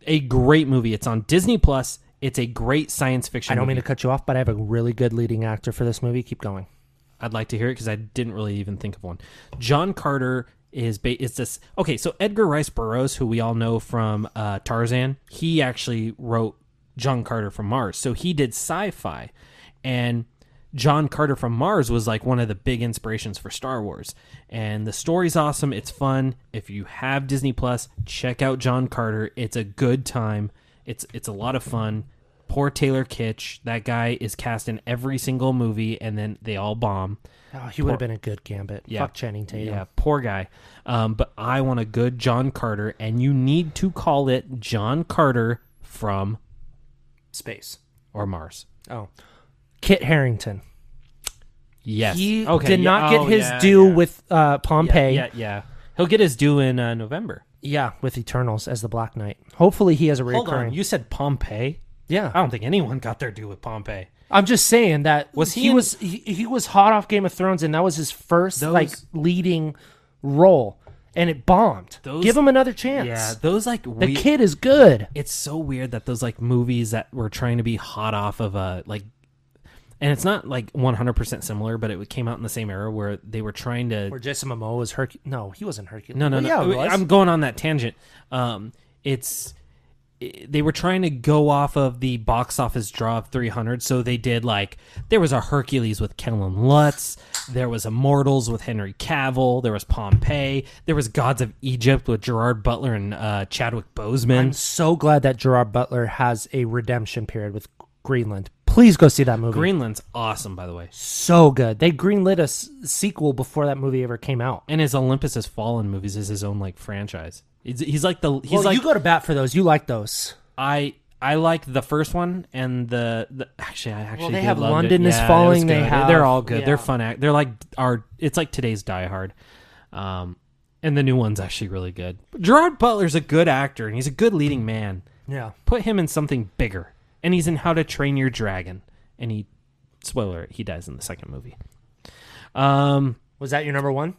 Speaker 2: a great movie. It's on Disney Plus. It's a great science fiction.
Speaker 3: I don't
Speaker 2: movie.
Speaker 3: mean to cut you off, but I have a really good leading actor for this movie. Keep going.
Speaker 2: I'd like to hear it because I didn't really even think of one. John Carter is ba- is this okay? So Edgar Rice Burroughs, who we all know from uh, Tarzan, he actually wrote John Carter from Mars. So he did sci-fi, and John Carter from Mars was like one of the big inspirations for Star Wars. And the story's awesome. It's fun. If you have Disney Plus, check out John Carter. It's a good time. It's it's a lot of fun poor Taylor Kitsch. That guy is cast in every single movie, and then they all bomb.
Speaker 3: Oh, he would have been a good gambit. Fuck Channing Tatum.
Speaker 2: Yeah, poor guy. Um, but I want a good John Carter, and you need to call it John Carter from
Speaker 3: Space.
Speaker 2: or Mars.
Speaker 3: Oh, Kit Harrington.
Speaker 2: Yes,
Speaker 3: He
Speaker 2: okay.
Speaker 3: did
Speaker 2: yeah,
Speaker 3: not get
Speaker 2: oh,
Speaker 3: his
Speaker 2: yeah,
Speaker 3: due
Speaker 2: yeah,
Speaker 3: with uh,
Speaker 2: yeah,
Speaker 3: Pompeii.
Speaker 2: Yeah, yeah, he'll get his due in uh, November.
Speaker 3: Yeah, with Eternals as the Black Knight. Hopefully, he has a
Speaker 2: Hold on,
Speaker 3: recurring.
Speaker 2: you said Pompeii.
Speaker 3: yeah,
Speaker 2: I don't think anyone got their due with Pompeii.
Speaker 3: Oh, I'm just saying that
Speaker 2: Was he
Speaker 3: he
Speaker 2: in-
Speaker 3: was he, he was hot off Game of Thrones, and that was his first
Speaker 2: Those-
Speaker 3: like leading role, and it bombed.
Speaker 2: Those-
Speaker 3: Give him another chance.
Speaker 2: Yeah, those like
Speaker 3: the
Speaker 2: we-
Speaker 3: kid is good.
Speaker 2: it's so weird that those like movies that were trying to be hot off of a like and it's not like 100% similar but it came out in the same era where they were trying to
Speaker 3: Or Jason Momoa was Hercules. No, he wasn't Hercules.
Speaker 2: no no
Speaker 3: Well,
Speaker 2: no
Speaker 3: Yeah, he was.
Speaker 2: i'm going on that tangent um it's i- they were trying to go off of the box office draw of 300 so they did like there was a hercules with kellen lutz there was immortals with henry cavill there was pompeii there was gods of egypt with gerard butler and uh, chadwick boseman
Speaker 3: I'm so glad that Gerard Butler has a redemption period with Greenland. Please go see that movie.
Speaker 2: greenland's awesome by the way
Speaker 3: so good. They greenlit a s- sequel before that movie ever came out.
Speaker 2: and his Olympus Has Fallen movies is his own like franchise. He's, he's like the he's
Speaker 3: Well,
Speaker 2: like
Speaker 3: you go to bat for those. You like those.
Speaker 2: I I like the first one and the, the actually I actually
Speaker 3: they
Speaker 2: did
Speaker 3: have
Speaker 2: loved it.
Speaker 3: London is
Speaker 2: Yeah, it was
Speaker 3: Falling, they
Speaker 2: good.
Speaker 3: have-
Speaker 2: they're all good.
Speaker 3: yeah.
Speaker 2: They're fun act. They're like our it's like today's Die Hard. Um and the new one's actually really good. Gerard Butler's a good actor and he's a good leading man.
Speaker 3: Yeah.
Speaker 2: Put him in something bigger. And he's in How to Train Your Dragon and he spoiler, he dies in the second movie. Um
Speaker 3: Was that your number one?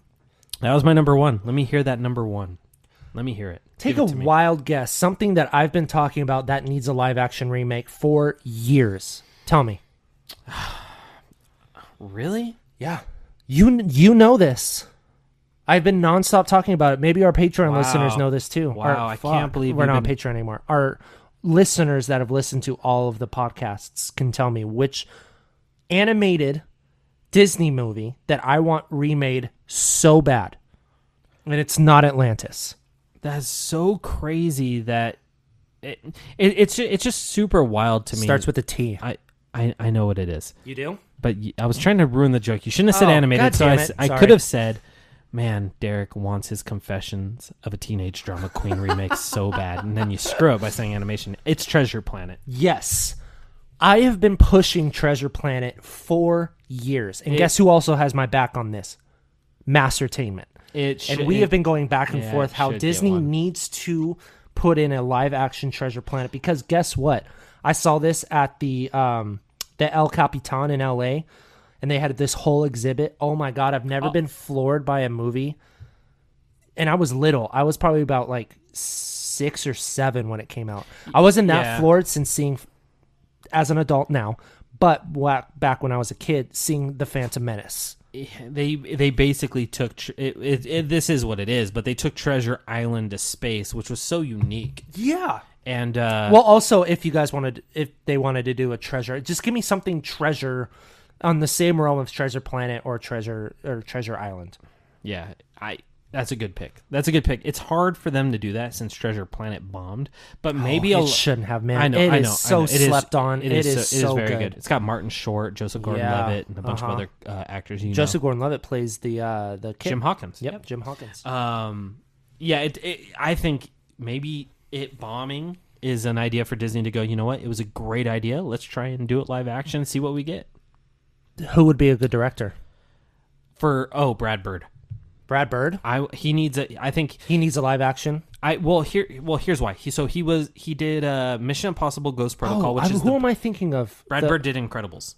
Speaker 2: that was my number one. Let me hear that number one. Let me hear it.
Speaker 3: Take
Speaker 2: Give
Speaker 3: a
Speaker 2: it to me.
Speaker 3: wild guess. Something that I've been talking about that needs a live action remake for years. Tell me.
Speaker 2: Really?
Speaker 3: Yeah. You you know this. I've been nonstop talking about it. Maybe our Patreon listeners know this too. Our-
Speaker 2: Wow, I can't believe
Speaker 3: we're
Speaker 2: you've
Speaker 3: not on
Speaker 2: been-
Speaker 3: Patreon anymore. Our listeners that have listened to all of the podcasts can tell me which animated Disney movie that I want remade so bad. And it's not Atlantis.
Speaker 2: That's so crazy that it, it it's ju- it's just super wild to me.
Speaker 3: Starts with a T.
Speaker 2: I I I know what it is,
Speaker 3: You do?
Speaker 2: but y- I was trying to ruin the joke. You shouldn't have said
Speaker 3: Oh,
Speaker 2: animated.
Speaker 3: God
Speaker 2: so I,
Speaker 3: damn
Speaker 2: s-
Speaker 3: it.
Speaker 2: I
Speaker 3: Sorry.
Speaker 2: could have said, "Man, Derek wants his Confessions of a Teenage Drama Queen remake so bad," and then you screw it by saying animation. It's Treasure Planet.
Speaker 3: Yes. I have been pushing Treasure Planet for years. And guess who also has my back on this? Mastertainment.
Speaker 2: It
Speaker 3: and we have been going back and
Speaker 2: Yeah,
Speaker 3: forth
Speaker 2: it
Speaker 3: how
Speaker 2: should get
Speaker 3: Disney
Speaker 2: one.
Speaker 3: needs to put in a live action Treasure Planet because guess what? I saw this at the um the El Capitan in LA and they had this whole exhibit. Oh my god, I've never been floored by a movie. And I was little. I was probably about like 6 or 7 when it came out. I wasn't that
Speaker 2: Yeah.
Speaker 3: floored since seeing as an adult now, but wa- back when I was a kid seeing The Phantom Menace.
Speaker 2: they they basically took tr- it, it, it, this is what it is, but they took Treasure Island to space, which was so unique.
Speaker 3: Yeah.
Speaker 2: And uh,
Speaker 3: Well, also if you guys wanted, if they wanted to do a treasure, just give me something treasure on the same realm of Treasure Planet or Treasure or Treasure Island.
Speaker 2: Yeah, I. That's a good pick. That's a good pick. It's hard for them to do that since Treasure Planet bombed, but maybe
Speaker 3: Oh, it
Speaker 2: a,
Speaker 3: shouldn't have, man.
Speaker 2: Oh, I know.
Speaker 3: It
Speaker 2: I
Speaker 3: is
Speaker 2: know, I
Speaker 3: so
Speaker 2: know. It is-
Speaker 3: slept on. It is so
Speaker 2: very
Speaker 3: good. uh-huh.
Speaker 2: It's got Martin Short, Joseph Gordon-Levitt, and a bunch of other uh, actors. You
Speaker 3: Joseph
Speaker 2: know,
Speaker 3: Gordon-Levitt plays the uh, the kid.
Speaker 2: Jim Hawkins.
Speaker 3: Yep, Jim Hawkins.
Speaker 2: Um, yeah, it, it, I think maybe it bombing is an idea for Disney to go. You know what? It was a great idea. Let's try and do it live action. and See what we get
Speaker 3: Who would be a good director?
Speaker 2: for oh Brad Bird.
Speaker 3: Brad Bird.
Speaker 2: I he needs a. I think
Speaker 3: He needs a live action.
Speaker 2: I well here well here's why. He so he was he did uh Mission Impossible Ghost Protocol,
Speaker 3: Oh,
Speaker 2: which
Speaker 3: I-
Speaker 2: is
Speaker 3: who
Speaker 2: the,
Speaker 3: am I thinking of?
Speaker 2: Brad
Speaker 3: The-
Speaker 2: Bird did Incredibles.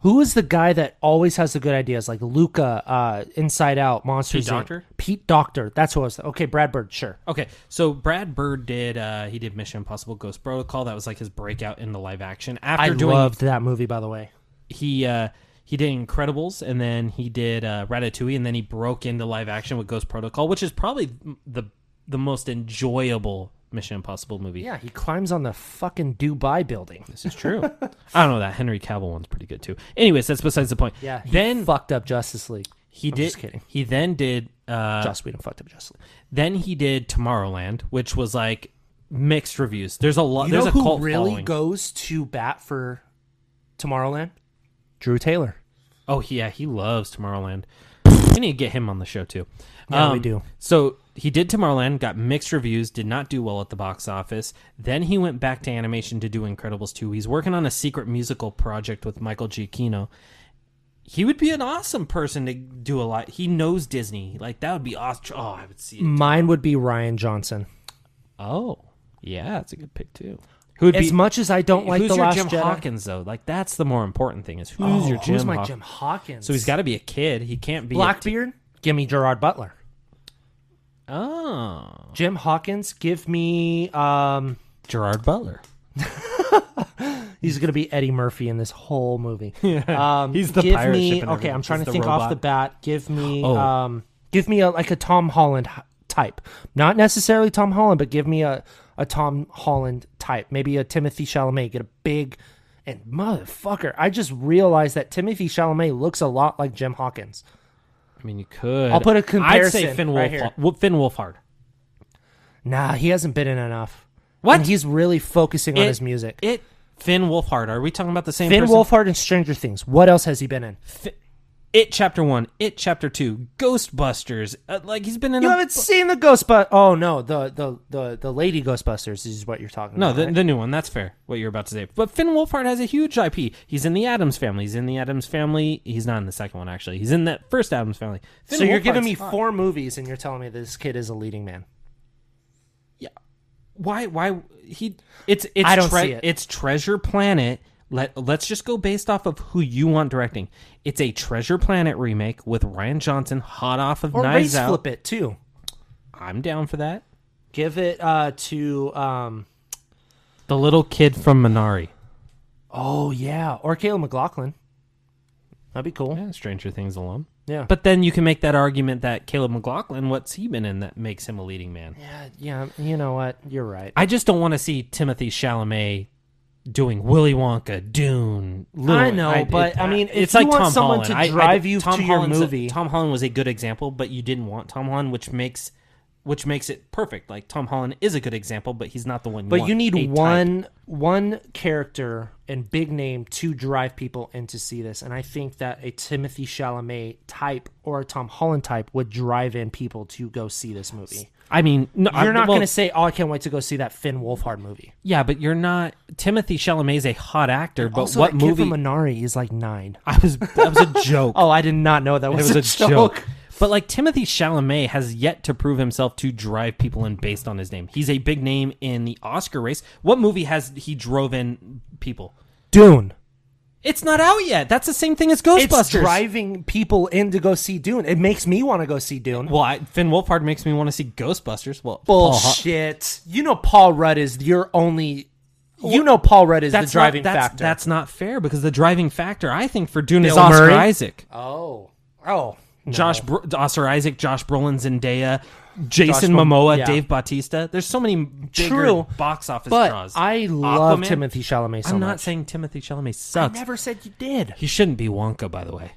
Speaker 3: Who is the guy that always has the good ideas, like Luca, uh, Inside Out, Monsters
Speaker 2: Pete
Speaker 3: Inc.
Speaker 2: Doctor?
Speaker 3: Pete Doctor. That's who I was. Okay, Brad Bird. Sure.
Speaker 2: Okay, so Brad Bird did uh he did Mission Impossible Ghost Protocol. That was like his breakout in the live action. After
Speaker 3: I
Speaker 2: doing
Speaker 3: loved that movie, by the way.
Speaker 2: he uh he did Incredibles and then he did uh Ratatouille and then he broke into live action with Ghost Protocol, which is probably the the most enjoyable Mission Impossible movie.
Speaker 3: Yeah, he climbs on the fucking Dubai building.
Speaker 2: This is true. I don't know that Henry Cavill one's pretty good too. Anyways, that's besides the point.
Speaker 3: Yeah, he
Speaker 2: Then
Speaker 3: fucked up Justice League.
Speaker 2: he
Speaker 3: I'm
Speaker 2: did
Speaker 3: just kidding.
Speaker 2: he then did uh
Speaker 3: Joss Whedon fucked up Justice League.
Speaker 2: Then he did Tomorrowland, which was like mixed reviews. There's a lot.
Speaker 3: You
Speaker 2: There's
Speaker 3: know
Speaker 2: a
Speaker 3: who
Speaker 2: cult
Speaker 3: really
Speaker 2: following.
Speaker 3: goes to bat for Tomorrowland? Drew Taylor.
Speaker 2: oh yeah, he loves Tomorrowland. We need to get him on the show too. Um,
Speaker 3: Yeah, we do.
Speaker 2: So he did Tomorrowland, got mixed reviews, did not do well at the box office. Then he went back to animation to do Incredibles 2. He's working on a secret musical project with Michael Giacchino. He would be an awesome person to do a lot. He knows Disney. Like that would be awesome. Oh, I would see it.
Speaker 3: Mine would be Ryan Johnson.
Speaker 2: Oh, yeah, that's a good pick too. Who would
Speaker 3: As much as I don't like
Speaker 2: who's
Speaker 3: the
Speaker 2: your
Speaker 3: Last
Speaker 2: Jim
Speaker 3: Jedi.
Speaker 2: Hawkins though? Like that's the more important thing is who's
Speaker 3: Oh,
Speaker 2: your Jim?
Speaker 3: who's my
Speaker 2: Haw-
Speaker 3: Jim Hawkins?
Speaker 2: So he's got to be a kid. He can't be a t-
Speaker 3: Blackbeard. Give me Gerard Butler.
Speaker 2: oh,
Speaker 3: Jim Hawkins. Give me. Um,
Speaker 2: Gerard Butler.
Speaker 3: he's gonna be Eddie Murphy in this
Speaker 2: [laughs]
Speaker 3: whole movie. Um,
Speaker 2: He's the
Speaker 3: give
Speaker 2: pirate
Speaker 3: me,
Speaker 2: ship and
Speaker 3: Okay,
Speaker 2: everything.
Speaker 3: I'm trying
Speaker 2: He's the
Speaker 3: to think off the
Speaker 2: robot.
Speaker 3: bat. Give me.
Speaker 2: [gasps] Oh.
Speaker 3: Um, give me a, like a Tom Holland h- type. Not necessarily Tom Holland, but give me a a Tom Holland type. Maybe a Timothy Chalamet. Get a big. And motherfucker, I just realized that Timothy Chalamet looks a lot like Jim Hawkins.
Speaker 2: I mean, you could.
Speaker 3: I'll put a
Speaker 2: I'd say
Speaker 3: comparison
Speaker 2: Finn
Speaker 3: right
Speaker 2: Wolfhard. Wo- Finn Wolfhard.
Speaker 3: Nah, he hasn't been in enough.
Speaker 2: What?
Speaker 3: And he's really focusing on his music.
Speaker 2: It. Finn Wolfhard. Are we talking about the same
Speaker 3: Finn
Speaker 2: person?
Speaker 3: Wolfhard and Stranger Things. What else has he been in?
Speaker 2: it chapter one. It chapter two. Ghostbusters. Uh, like he's been in.
Speaker 3: You
Speaker 2: a,
Speaker 3: haven't seen the Ghostbusters. Oh no, the the the the Lady Ghostbusters is what you're talking
Speaker 2: No,
Speaker 3: about.
Speaker 2: the,
Speaker 3: right?
Speaker 2: the new one. That's fair. What you're about to say, but Finn Wolfhard has a huge IP. He's in the Adams Family. He's in the Adams Family. He's not in the second one actually. He's in that first Adams Family. Finn
Speaker 3: so you're giving
Speaker 2: Wolfhard's
Speaker 3: me
Speaker 2: hot.
Speaker 3: four movies and you're telling me this kid is a leading man.
Speaker 2: why why he it's it's
Speaker 3: I don't see it.
Speaker 2: it's treasure planet let let's just go based off of who you want directing it's a treasure planet remake with ryan johnson hot off of
Speaker 3: Or
Speaker 2: knives
Speaker 3: race
Speaker 2: out
Speaker 3: flip it too.
Speaker 2: i'm down for that
Speaker 3: Give it uh to um
Speaker 2: the little kid from minari
Speaker 3: oh yeah, or Caleb McLaughlin. That'd be cool. Yeah.
Speaker 2: yeah, stranger things alum but then you can make that argument that caleb mclaughlin what's he been in that makes him a leading man
Speaker 3: yeah, yeah, you know what? You're right.
Speaker 2: i just don't want to see timothy chalamet doing willy wonka dune Little-
Speaker 3: I know, but, I mean, if
Speaker 2: it's
Speaker 3: you
Speaker 2: like
Speaker 3: want
Speaker 2: Tom
Speaker 3: someone
Speaker 2: Holland.
Speaker 3: to
Speaker 2: I- I-
Speaker 3: drive you
Speaker 2: Tom
Speaker 3: to your
Speaker 2: Holland's a-
Speaker 3: movie-
Speaker 2: Tom Holland was a good example, but you didn't want Tom Holland, which makes which makes it perfect. Like Tom Holland is a good example, but he's not the one. You
Speaker 3: But
Speaker 2: want.
Speaker 3: you need
Speaker 2: A type.
Speaker 3: one one character and big name to drive people in to see this, and I think that a Timothy Chalamet type or a Tom Holland type would drive in people to go see this movie.
Speaker 2: I mean, no, I-
Speaker 3: You're not
Speaker 2: well,
Speaker 3: going to say, "Oh, I can't wait to go see that Finn Wolfhard movie."
Speaker 2: Yeah, but you're not. Timothy Chalamet is a hot actor, but
Speaker 3: also,
Speaker 2: what
Speaker 3: that kid
Speaker 2: movie?
Speaker 3: from Minari is like nine.
Speaker 2: I was that was a
Speaker 3: [laughs]
Speaker 2: joke.
Speaker 3: Oh, I did not know that
Speaker 2: It
Speaker 3: was,
Speaker 2: was
Speaker 3: [laughs] a, joke.
Speaker 2: But like Timothy Chalamet has yet to prove himself to drive people in based on his name. He's a big name in the Oscar race. What movie has he drove in people?
Speaker 3: Dune.
Speaker 2: It's not out yet. That's the same thing as Ghostbusters.
Speaker 3: It's driving people in to go see Dune. It makes me want to go see Dune.
Speaker 2: Well, I, Finn Wolfhard makes me want to see Ghostbusters. Well, Paul Ho-
Speaker 3: Bullshit. You know Paul Rudd is your only. You know Paul Rudd is the
Speaker 2: that's
Speaker 3: driving
Speaker 2: not, that's,
Speaker 3: factor.
Speaker 2: That's not fair because the driving factor I think for Dune is
Speaker 3: Bill
Speaker 2: Oscar
Speaker 3: Murray?
Speaker 2: Isaac.
Speaker 3: oh, oh,
Speaker 2: Josh Bro- Oscar Isaac, Josh Brolin, Zendaya, Jason
Speaker 3: Josh Mom-
Speaker 2: Momoa,
Speaker 3: yeah.
Speaker 2: Dave Bautista. There's so many bigger
Speaker 3: True,
Speaker 2: box office
Speaker 3: But
Speaker 2: draws.
Speaker 3: I love
Speaker 2: Aquaman?
Speaker 3: Timothy Chalamet so
Speaker 2: I'm not
Speaker 3: much.
Speaker 2: saying Timothy Chalamet sucks.
Speaker 3: said you did.
Speaker 2: He shouldn't be Wonka, by the way.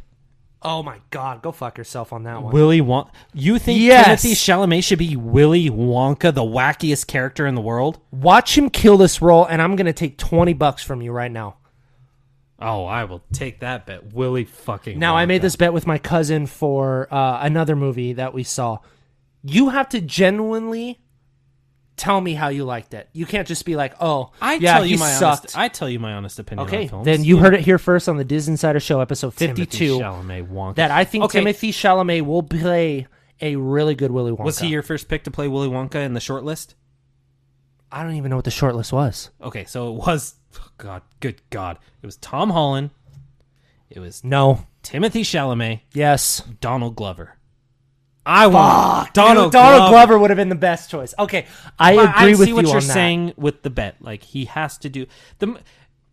Speaker 3: Oh my god, go fuck yourself on that one.
Speaker 2: Willy Wonka. You think
Speaker 3: Yes.
Speaker 2: Timothy Chalamet should be Willy Wonka, the wackiest character in the world?
Speaker 3: Watch him kill this role, and I'm gonna take twenty bucks from you right now.
Speaker 2: Oh, I will take that bet. Willy fucking.
Speaker 3: Now I
Speaker 2: Wonka.
Speaker 3: made this bet with my cousin for uh, another movie that we saw. You have to genuinely tell me how you liked it. You can't just be like, "Oh,
Speaker 2: I
Speaker 3: yeah,
Speaker 2: tell
Speaker 3: he
Speaker 2: you my
Speaker 3: sucked."
Speaker 2: honest. I tell you my honest opinion.
Speaker 3: okay,
Speaker 2: on films.
Speaker 3: then you heard it here first on the Diz Insider Show, episode
Speaker 2: Timothy
Speaker 3: fifty-two.
Speaker 2: Chalamet Wonka.
Speaker 3: That I think
Speaker 2: Okay.
Speaker 3: Timothy Chalamet will play a really good Willy Wonka.
Speaker 2: was he your first pick to play Willy Wonka in the short list?
Speaker 3: I don't even know what the short list was.
Speaker 2: Okay, so it was. oh, God, good God, it was Tom Holland. It was
Speaker 3: No.
Speaker 2: Timothy Chalamet,
Speaker 3: Yes.
Speaker 2: Donald Glover. I want Donald,
Speaker 3: Donald
Speaker 2: Glover.
Speaker 3: Glover would have been the best choice. Okay, I
Speaker 2: But
Speaker 3: agree
Speaker 2: I
Speaker 3: with
Speaker 2: see what
Speaker 3: you
Speaker 2: are
Speaker 3: on that.
Speaker 2: saying with the bet. Like he has to do the. m-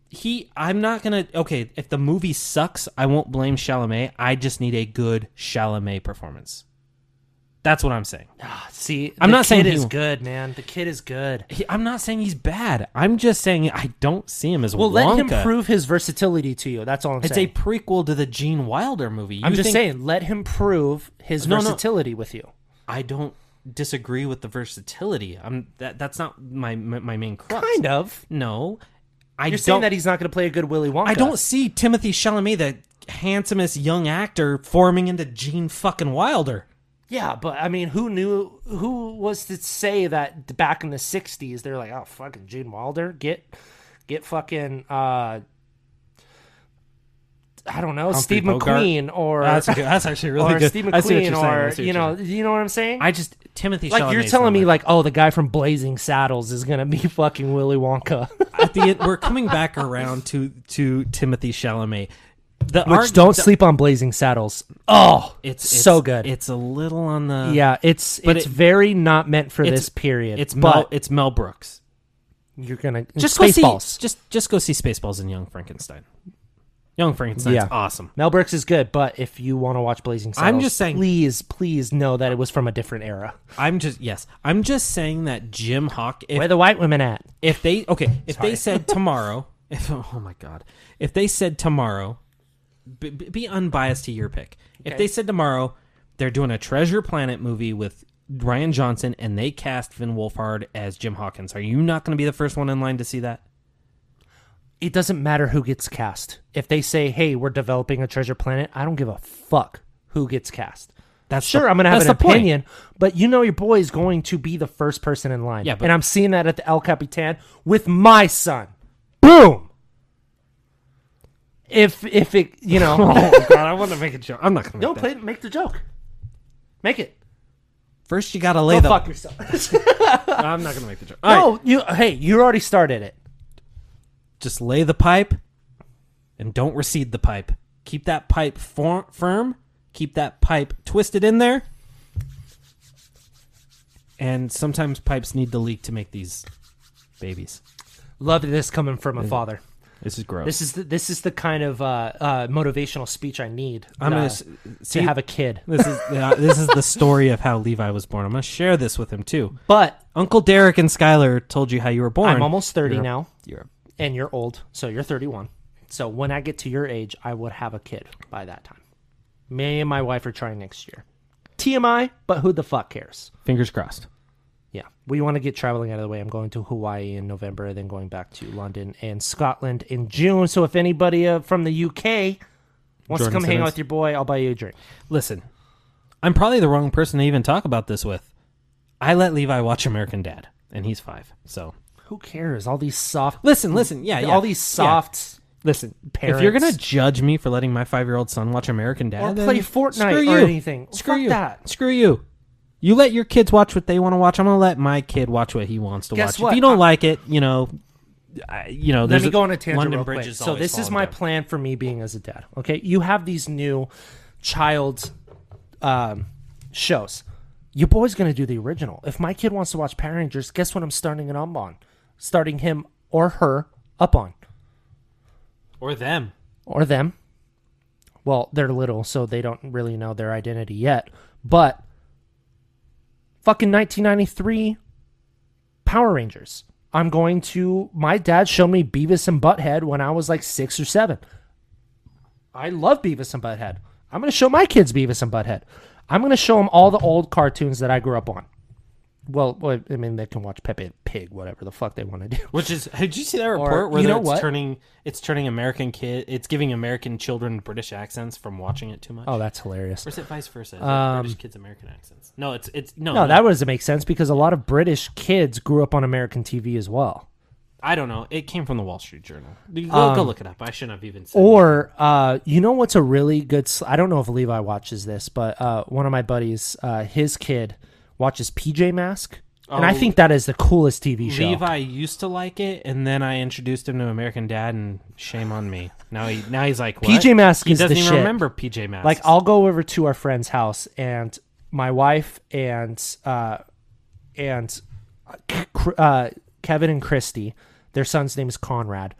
Speaker 2: He, I'm not gonna. Okay, if the movie sucks, I won't blame Chalamet. I just need a good Chalamet performance. That's what I'm saying.
Speaker 3: See,
Speaker 2: I'm
Speaker 3: the
Speaker 2: not saying
Speaker 3: kid
Speaker 2: he
Speaker 3: is
Speaker 2: won't.
Speaker 3: good, man. The kid is good.
Speaker 2: He, I'm not saying he's bad. I'm just saying I don't see him as
Speaker 3: Well, let him
Speaker 2: Wonka.
Speaker 3: prove his versatility to you. That's all I'm
Speaker 2: It's a
Speaker 3: saying.
Speaker 2: prequel to the Gene Wilder movie.
Speaker 3: I'm
Speaker 2: You
Speaker 3: just
Speaker 2: think-
Speaker 3: saying, let him prove his
Speaker 2: No, no.
Speaker 3: versatility with you.
Speaker 2: I don't disagree with the versatility. I'm that that's not my my, my main crux.
Speaker 3: Kind of.
Speaker 2: No, I
Speaker 3: You're
Speaker 2: don't.
Speaker 3: saying that he's not going to play a good Willy Wonka.
Speaker 2: I don't see Timothy Chalamet, the handsomest young actor, forming into Gene fucking Wilder.
Speaker 3: Yeah, but I mean, who knew? Who was to say that back in the '60s they're like, oh fucking Gene Wilder, get, get fucking, uh, I don't know, Steve
Speaker 2: Bogart.
Speaker 3: McQueen or
Speaker 2: That's a good, that's actually really
Speaker 3: [laughs] or
Speaker 2: good.
Speaker 3: Steve
Speaker 2: I see what
Speaker 3: McQueen
Speaker 2: you're saying. I
Speaker 3: or
Speaker 2: see what
Speaker 3: you
Speaker 2: you're
Speaker 3: know,
Speaker 2: saying.
Speaker 3: you know what I'm saying?
Speaker 2: I just Timothy.
Speaker 3: like you're
Speaker 2: Chalamet's
Speaker 3: telling
Speaker 2: not
Speaker 3: me,
Speaker 2: my-
Speaker 3: like, oh, the guy from Blazing Saddles is gonna be [laughs] fucking Willy Wonka, [laughs]
Speaker 2: at the end, we're coming back around to to Timothy Chalamet. The
Speaker 3: which
Speaker 2: arg-
Speaker 3: don't
Speaker 2: the-
Speaker 3: sleep on Blazing Saddles. Oh,
Speaker 2: It's, it's
Speaker 3: so good.
Speaker 2: It's a little on the
Speaker 3: yeah, it's
Speaker 2: but
Speaker 3: it's
Speaker 2: it-
Speaker 3: very not meant for
Speaker 2: it's-
Speaker 3: this period.
Speaker 2: It's
Speaker 3: but
Speaker 2: Mel. It's Mel Brooks.
Speaker 3: you're gonna
Speaker 2: Just go
Speaker 3: Mm, Spaceballs.
Speaker 2: see. Just just go see Spaceballs and Young Frankenstein. Young Frankenstein's
Speaker 3: Yeah.
Speaker 2: awesome.
Speaker 3: Mel Brooks is good, but if you want to watch Blazing Saddles,
Speaker 2: I'm just saying-
Speaker 3: please, please know that it was from a different era.
Speaker 2: I'm just yes. I'm just saying that Jim Hawk. If,
Speaker 3: Where the white women at?
Speaker 2: if they okay, if they [laughs] said tomorrow, if oh my god, if they said tomorrow, be, be unbiased to your pick. If they said tomorrow, they're doing a Treasure Planet movie with Ryan Johnson, and they cast Finn Wolfhard as Jim Hawkins. Are you not going to be the first one in line to see that?
Speaker 3: It doesn't matter who gets cast. If they say, "Hey, we're developing a Treasure Planet," I don't give a fuck who gets cast.
Speaker 2: That's
Speaker 3: Sure,
Speaker 2: the-
Speaker 3: I'm gonna have
Speaker 2: that's
Speaker 3: an
Speaker 2: the point.
Speaker 3: opinion, but you know your boy is going to be the first person in line.
Speaker 2: Yeah, but-
Speaker 3: and I'm seeing that at the El Capitan with my son. Boom. If if it you
Speaker 2: [laughs]
Speaker 3: know
Speaker 2: Oh [laughs] god, I want to make a joke. I'm not going to.
Speaker 3: no play make the joke, make it.
Speaker 2: First, you got to lay
Speaker 3: Go
Speaker 2: the. [laughs]
Speaker 3: fuck yourself. [laughs]
Speaker 2: I'm not going to make the joke. All right.
Speaker 3: No, you. Hey, you already started it.
Speaker 2: just lay the pipe and don't recede the pipe. Keep that pipe for- firm, keep that pipe twisted in there. And sometimes pipes need to leak to make these babies.
Speaker 3: Love this coming from
Speaker 2: Mm-hmm.
Speaker 3: a father.
Speaker 2: This is gross.
Speaker 3: This is the, this is the kind of uh, uh, motivational speech I need.
Speaker 2: I'm
Speaker 3: uh,
Speaker 2: gonna s- see-
Speaker 3: to have a kid.
Speaker 2: this is uh, this is the story of how Levi was born. I'm gonna share this with him too.
Speaker 3: But
Speaker 2: Uncle Derek and Skylar told you how you were born.
Speaker 3: I'm almost 30
Speaker 2: You're-
Speaker 3: now,
Speaker 2: You're
Speaker 3: and you're old, so you're 31. So when I get to your age, I would have a kid by that time. Me and my wife are trying next year. TMI, but who the fuck cares?
Speaker 2: fingers crossed.
Speaker 3: Yeah, we want to get traveling out of the way. I'm going to Hawaii in November, and then going back to London and Scotland in June. So if anybody uh, from the UK wants to
Speaker 2: Jordan
Speaker 3: come hang out
Speaker 2: Simmons.
Speaker 3: with your boy, I'll buy you a drink.
Speaker 2: Listen, I'm probably the wrong person to even talk about this with. I let Levi watch American Dad, and he's five. So
Speaker 3: Who cares? All these soft,
Speaker 2: listen, listen, yeah, yeah
Speaker 3: all these
Speaker 2: yeah.
Speaker 3: soft.
Speaker 2: Listen,
Speaker 3: parents.
Speaker 2: if you're gonna judge me for letting my five year old son watch American Dad
Speaker 3: Or
Speaker 2: then
Speaker 3: play Fortnite
Speaker 2: screw
Speaker 3: or
Speaker 2: you.
Speaker 3: anything.
Speaker 2: screw
Speaker 3: Fuck
Speaker 2: you,
Speaker 3: that.
Speaker 2: screw you. You let your kids watch what they want to watch. I'm gonna let my kid watch what he wants to
Speaker 3: Guess
Speaker 2: watch.
Speaker 3: what?
Speaker 2: If you don't like it, you know, I, you know.
Speaker 3: Let
Speaker 2: there's
Speaker 3: me go on a tangent
Speaker 2: London
Speaker 3: real
Speaker 2: Bridge
Speaker 3: quick.
Speaker 2: is
Speaker 3: So
Speaker 2: always
Speaker 3: this is
Speaker 2: falling
Speaker 3: my
Speaker 2: down.
Speaker 3: plan for me being as a dad. Okay, you have these new child um, shows. Your boy's gonna do the original. If my kid wants to watch Power Rangers, guess what I'm starting it up on? Starting him or her up on
Speaker 2: or them.
Speaker 3: or them. Well, they're little, so they don't really know their identity yet. But fucking 1993 Power Rangers. I'm going to. My dad showed me Beavis and Butthead when I was like six or seven. I love Beavis and Butthead. I'm going to show my kids Beavis and Butthead. I'm going to show them all the old cartoons that I grew up on. Well, well, I mean, they can watch Pepe Pig, whatever the fuck they want to do. [laughs]
Speaker 2: Which is, did you see that report where
Speaker 3: you know
Speaker 2: it's
Speaker 3: what?
Speaker 2: turning it's turning American kid, it's giving American children British accents from watching it too much?
Speaker 3: Oh, that's hilarious.
Speaker 2: Or is it vice versa? Is it British kids American accents? No, it's it's no.
Speaker 3: No, that doesn't make sense because a lot of British kids grew up on American TV as well.
Speaker 2: I don't know. It came from the Wall Street Journal. You Go, go look it up. I shouldn't have even said.
Speaker 3: Um, Or uh, you know what's a really good? Sl- I don't know if Levi watches this, but uh, one of my buddies, uh, his kid watches PJ Mask, and I
Speaker 2: Oh,
Speaker 3: think that is the coolest TV show.
Speaker 2: Levi used to like it, and then I introduced him to American Dad, and shame on me. Now he now he's like what?
Speaker 3: PJ Masks
Speaker 2: He
Speaker 3: is the
Speaker 2: doesn't even
Speaker 3: shit.
Speaker 2: remember PJ Masks.
Speaker 3: Like I'll go over to our friend's house, and my wife and uh, and Cr- uh, Kevin and Christy, their son's name is Conrad,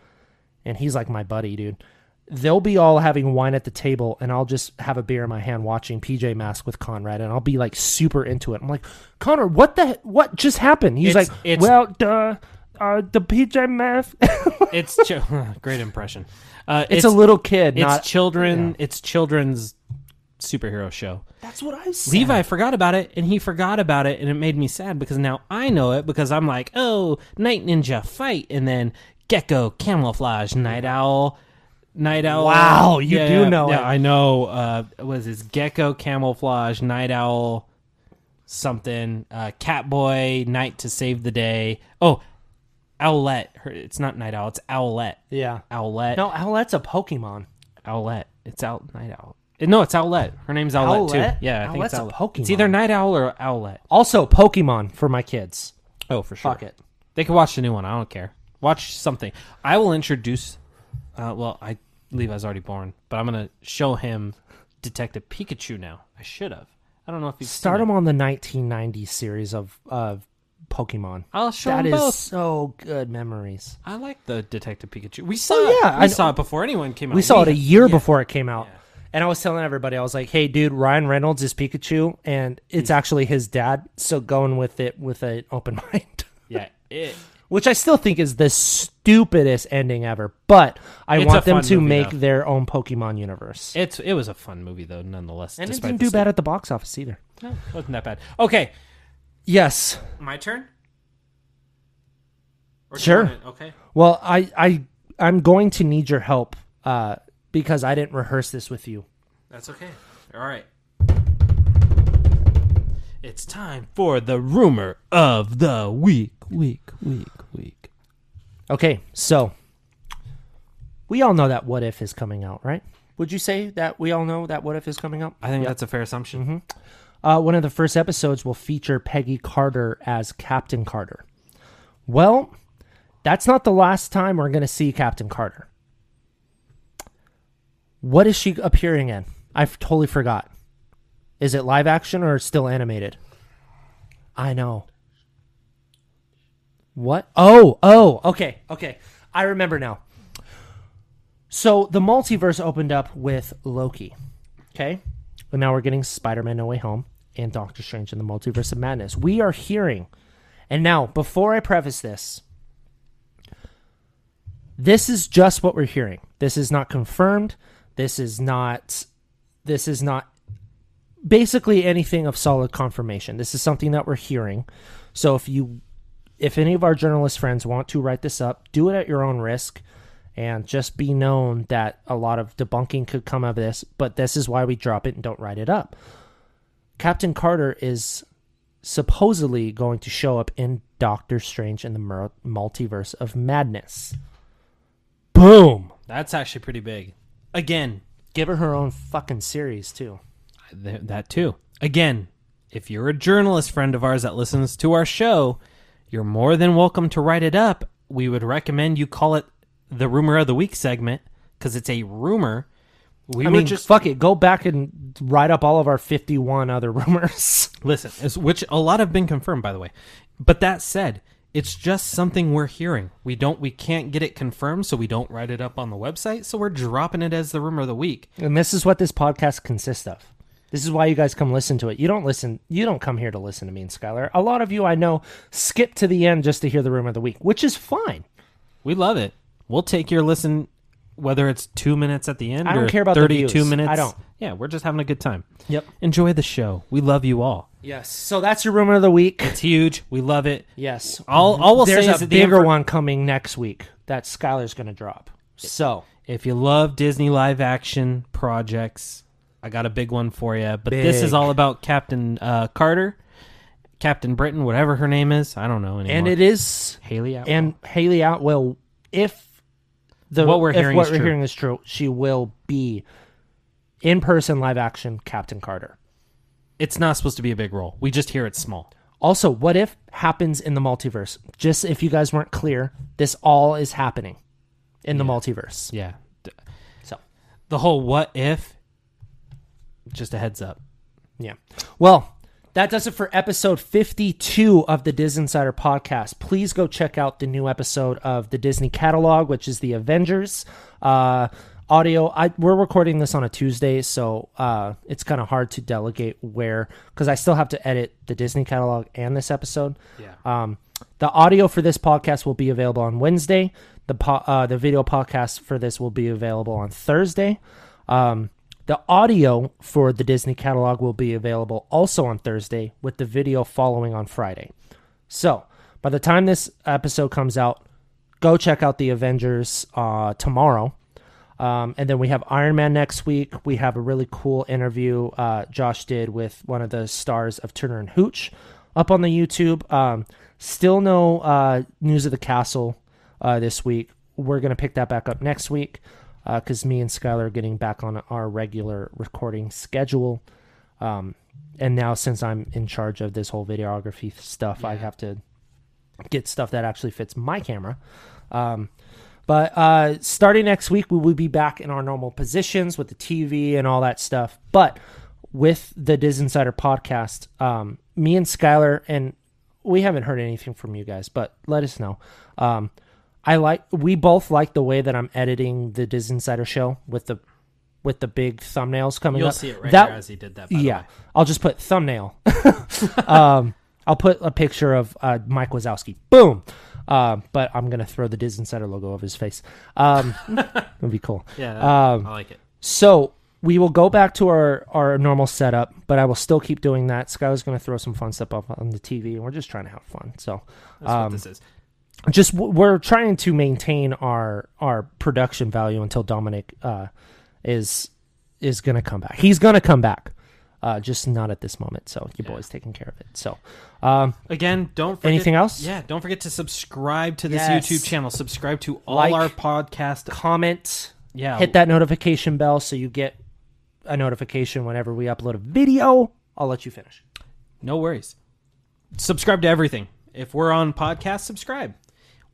Speaker 3: and he's like my buddy, dude. They'll be all having wine at the table, and I'll just have a beer in my hand watching PJ Mask with Conrad, and I'll be like super into it. I'm like, Conrad, what the what just happened? He's
Speaker 2: It's-
Speaker 3: like,
Speaker 2: it's-
Speaker 3: well, the uh, the PJ [laughs] Mask.
Speaker 2: it's ch- [laughs] great impression. Uh,
Speaker 3: it's, a little kid,
Speaker 2: It's
Speaker 3: not.
Speaker 2: children. It's children's superhero show.
Speaker 3: that's what I see.
Speaker 2: Levi forgot about it, and he forgot about it, and it made me sad because now I know it because I'm like, oh, night ninja fight, and then gecko camouflage, night owl, night owl.
Speaker 3: Wow, you do know
Speaker 2: yeah,
Speaker 3: it.
Speaker 2: I know. Uh, was his gecko camouflage, night owl, something, uh, cat boy, night to save the day. Oh, owlette. Her- It's not night owl. It's owlette.
Speaker 3: Yeah.
Speaker 2: Owlette.
Speaker 3: No, how that's a Pokemon.
Speaker 2: Owlette. It's out night owl. Eh, No, it's Owlette. Her name's Owlette,
Speaker 3: Owlette?
Speaker 2: too. Yeah, I think it's
Speaker 3: Owlette's a
Speaker 2: Owlette. It's
Speaker 3: Pokemon.
Speaker 2: either Night Owl or Owlette.
Speaker 3: Also, Pokemon for my kids.
Speaker 2: Oh, for sure.
Speaker 3: Fuck it.
Speaker 2: They can watch the new one. I don't care. Watch something. I will introduce. Uh, well, I Levi's already born, but I'm gonna show him Detective Pikachu now. I should have. I don't know if he's
Speaker 3: Start them on the 1990s series of of Pokemon.
Speaker 2: I'll show
Speaker 3: That
Speaker 2: him
Speaker 3: is
Speaker 2: both.
Speaker 3: so good memories.
Speaker 2: I like the Detective Pikachu. We saw.
Speaker 3: yeah,
Speaker 2: yeah,
Speaker 3: I
Speaker 2: I
Speaker 3: know.
Speaker 2: saw it before anyone came out.
Speaker 3: We saw it a year before it came out. And I was telling everybody, I was like, "Hey, dude, Ryan Reynolds is Pikachu, and it's actually his dad." So going with it with an [laughs] open mind,
Speaker 2: Yeah, it,
Speaker 3: which I still think is the stupidest ending ever. But I
Speaker 2: It's a
Speaker 3: want them
Speaker 2: fun
Speaker 3: to
Speaker 2: movie,
Speaker 3: make
Speaker 2: though.
Speaker 3: their own Pokemon universe.
Speaker 2: it's it was a fun movie though, nonetheless.
Speaker 3: and it
Speaker 2: despite
Speaker 3: didn't
Speaker 2: the
Speaker 3: do bad at the box office either.
Speaker 2: stu- No, wasn't that bad? Okay,
Speaker 3: Yes,
Speaker 2: my turn. Or do you
Speaker 3: Sure.
Speaker 2: wanna- okay.
Speaker 3: Well, I, I I'm going to need your help uh, because I didn't rehearse this with you.
Speaker 2: That's okay. All right. It's time for the rumor of the week. Week, week, week.
Speaker 3: Okay, so we all know that What If is coming out, right? Would you say that we all know that What If is coming out?
Speaker 2: I think that's a fair assumption.
Speaker 3: Uh, one of the first episodes will feature Peggy Carter as Captain Carter. Well, that's not the last time we're going to see Captain Carter. What is she appearing in? I f- totally forgot. Is it live action or still animated? I know. What? Oh, oh, okay, okay. I remember now. So the multiverse opened up with Loki. Okay. But now we're getting Spider Man No Way Home and Doctor Strange in the Multiverse of Madness. We are hearing. And now, before I preface this, this is just what we're hearing. This is not confirmed. This is not. This is not basically anything of solid confirmation. This is something that we're hearing. So if you if any of our journalist friends want to write this up, do it at your own risk and just be known that a lot of debunking could come of this, but this is why we drop it and don't write it up. Captain Carter is supposedly going to show up in Doctor Strange in the mur- Multiverse of Madness. Boom.
Speaker 2: That's actually pretty big. Again,
Speaker 3: Give her her own fucking series too.
Speaker 2: th- that too. Again, if you're a journalist friend of ours that listens to our show, you're more than welcome to write it up. We would recommend you call it the rumor of the week segment because it's a rumor. We
Speaker 3: I
Speaker 2: would
Speaker 3: mean,
Speaker 2: just
Speaker 3: fuck it. Go back and write up all of our 51 other [laughs] rumors.
Speaker 2: Listen, as- which a lot have been confirmed, by the way. But that said, It's just something we're hearing. We don't we can't get it confirmed, so we don't write it up on the website, so we're dropping it as the rumor of the week.
Speaker 3: And this is what this podcast consists of. This is why you guys come listen to it. You don't listen. You don't come here to listen to me and Skylar. A lot of you I know skip to the end just to hear the rumor of the week, which is fine.
Speaker 2: We love it. We'll take your listen whether it's 2 minutes at the end
Speaker 3: I don't
Speaker 2: or
Speaker 3: care about the
Speaker 2: 32
Speaker 3: views.
Speaker 2: minutes.
Speaker 3: I don't.
Speaker 2: Yeah, we're just having a good time.
Speaker 3: Yep.
Speaker 2: Enjoy the show. We love you all.
Speaker 3: Yes. So that's your rumor of the week.
Speaker 2: It's huge. We love it.
Speaker 3: Yes.
Speaker 2: All all we'll
Speaker 3: There's
Speaker 2: say
Speaker 3: a
Speaker 2: is that the
Speaker 3: bigger
Speaker 2: infor-
Speaker 3: one coming next week that Skylar's going to drop. So
Speaker 2: If you love Disney live action projects, I got a big one for you. But this
Speaker 3: Big.
Speaker 2: is all about Captain uh, Carter, Captain Britain, whatever her name is. I don't know anymore.
Speaker 3: and it is
Speaker 2: Haley Atwell.
Speaker 3: and Haley Outwell. If the
Speaker 2: What we're
Speaker 3: if
Speaker 2: hearing
Speaker 3: what
Speaker 2: is
Speaker 3: we're
Speaker 2: true.
Speaker 3: hearing is true, she will be in person live action Captain Carter.
Speaker 2: it's not supposed to be a big role. We just hear it's small.
Speaker 3: Also, what if happens in the multiverse? Just if you guys weren't clear, this all is happening in the multiverse.
Speaker 2: Yeah. D-
Speaker 3: So,
Speaker 2: The whole what if. Just a heads up.
Speaker 3: yeah. Well, that does it for episode 52 of the Diz Insider podcast. Please go check out the new episode of the Disney catalog, which is the Avengers. Uh, audio I, we're recording this on a tuesday so uh, it's kind of hard to delegate where because i still have to edit the disney catalog and this episode
Speaker 2: Yeah.
Speaker 3: Um, the audio for this podcast will be available on Wednesday. The po- uh, the video podcast for this will be available on Thursday. Um, the audio for the Disney catalog will be available also on Thursday, with the video following on Friday. So by the time this episode comes out, go check out the Avengers uh, tomorrow. Um, and then we have Iron Man next week. We have a really cool interview uh, Josh did with one of the stars of Turner and Hooch up on the YouTube. Um, still no uh, news of the castle uh, this week. We're going to pick that back up next week because me and Skylar are getting back on our regular recording schedule. Um, and now, since I'm in charge of this whole videography stuff, I have to get stuff that actually fits my camera. Um, but uh, starting next week, we will be back in our normal positions with the TV and all that stuff. But with the Diz Insider podcast, um, me and Skylar, and we haven't heard anything from you guys, but let us know. Um, I like we both like the way that I'm editing the Diz Insider show with the with the big thumbnails coming
Speaker 2: You'll
Speaker 3: up.
Speaker 2: see it right
Speaker 3: That-
Speaker 2: there as he did that.
Speaker 3: yeah, I'll just put thumbnail. [laughs] um, I'll put a picture of uh, Mike Wazowski. Boom. Um, but I'm gonna throw the Diz Insider logo over his face. Um, it'd be cool.
Speaker 2: Yeah. I like it.
Speaker 3: So we will go back to our our normal setup, but I will still keep doing that. Skylar's gonna throw some fun stuff up on the TV, and we're just trying to have fun. So
Speaker 2: That's what this is.
Speaker 3: just w- we're trying to maintain our our production value until Dominic uh, is is going to come back. He's going to come back, uh, just not at this moment. So your boy's taking care of it. So um,
Speaker 2: Again, don't forget,
Speaker 3: Anything else?
Speaker 2: Yeah, don't forget to subscribe to this
Speaker 3: Yes.
Speaker 2: YouTube channel. Subscribe to all
Speaker 3: Like,
Speaker 2: our podcast.
Speaker 3: comment,
Speaker 2: Yeah,
Speaker 3: hit that notification bell so you get a notification whenever we upload a video. I'll let you finish.
Speaker 2: No worries. Subscribe to everything. If we're on podcast, subscribe.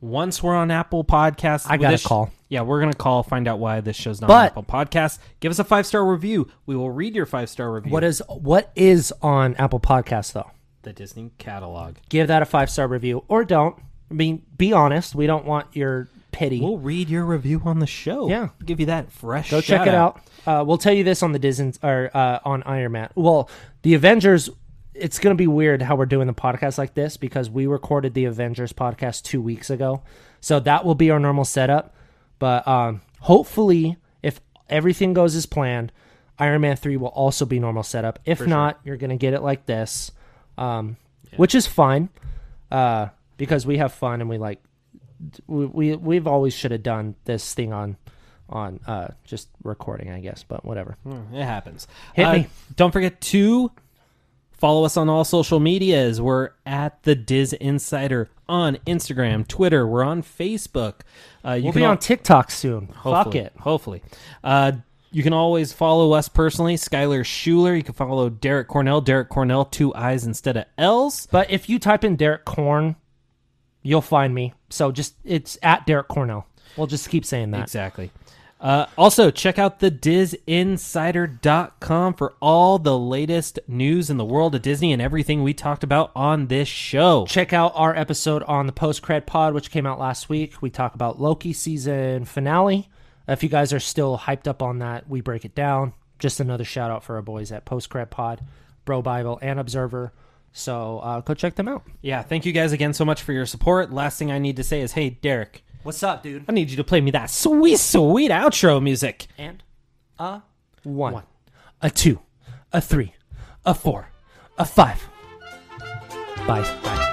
Speaker 2: Once we're on Apple Podcasts,
Speaker 3: I got a
Speaker 2: this-
Speaker 3: call.
Speaker 2: Yeah, we're gonna call, find out why this show's not on
Speaker 3: But-
Speaker 2: Apple Podcasts. Give us a five star review. We will read your five star review.
Speaker 3: What is what is on Apple Podcasts though?
Speaker 2: the Disney catalog?
Speaker 3: Give that a five star review or don't. I mean, be honest. We don't want your pity.
Speaker 2: We'll read your review on the show.
Speaker 3: Yeah.
Speaker 2: give you that fresh.
Speaker 3: Go check it out. Uh, we'll tell you this on the Disney or uh, on Iron Man. Well, the Avengers. It's gonna be weird how we're doing the podcast like this because we recorded the Avengers podcast two weeks ago, so that will be our normal setup. But um, hopefully, if everything goes as planned, Iron Man three will also be normal setup. If not, you're gonna get it like this, um, which is fine uh, because we have fun and we like we, we we've always should have done this thing on on uh just recording i guess but whatever
Speaker 2: It happens. Uh,
Speaker 3: Hit me.
Speaker 2: Don't forget to follow us on all social medias. We're at the Diz Insider on Instagram, Twitter. We're on Facebook. Uh, you
Speaker 3: we'll
Speaker 2: can
Speaker 3: be
Speaker 2: al-
Speaker 3: on tiktok soon fuck
Speaker 2: Hopefully.
Speaker 3: it
Speaker 2: Hopefully. Uh, you can always follow us personally, Skylar Schuler. You can follow Derek Cornell, Derek Cornell, two I's instead of L's.
Speaker 3: but if you type in derek corn you'll find me so just it's at derek cornell we'll just keep saying that
Speaker 2: Exactly. Uh, also, check out the DizInsider.com for all the latest news in the world of Disney and everything we talked about on this show.
Speaker 3: Check out our episode on the post cred pod, which came out last week. We talk about Loki season finale. If you guys are still hyped up on that, we break it down. Just another shout out for our boys at Post Cred Pod, Bro Bible, and Observer. So uh, go check them out.
Speaker 2: Yeah, thank you guys again so much for your support. Last thing I need to say is hey, Derek,
Speaker 3: What's up, dude?
Speaker 2: I need you to play me that sweet, sweet outro music.
Speaker 3: And a one,
Speaker 4: One, a two, a three, a four, a five.
Speaker 3: Bye. Bye.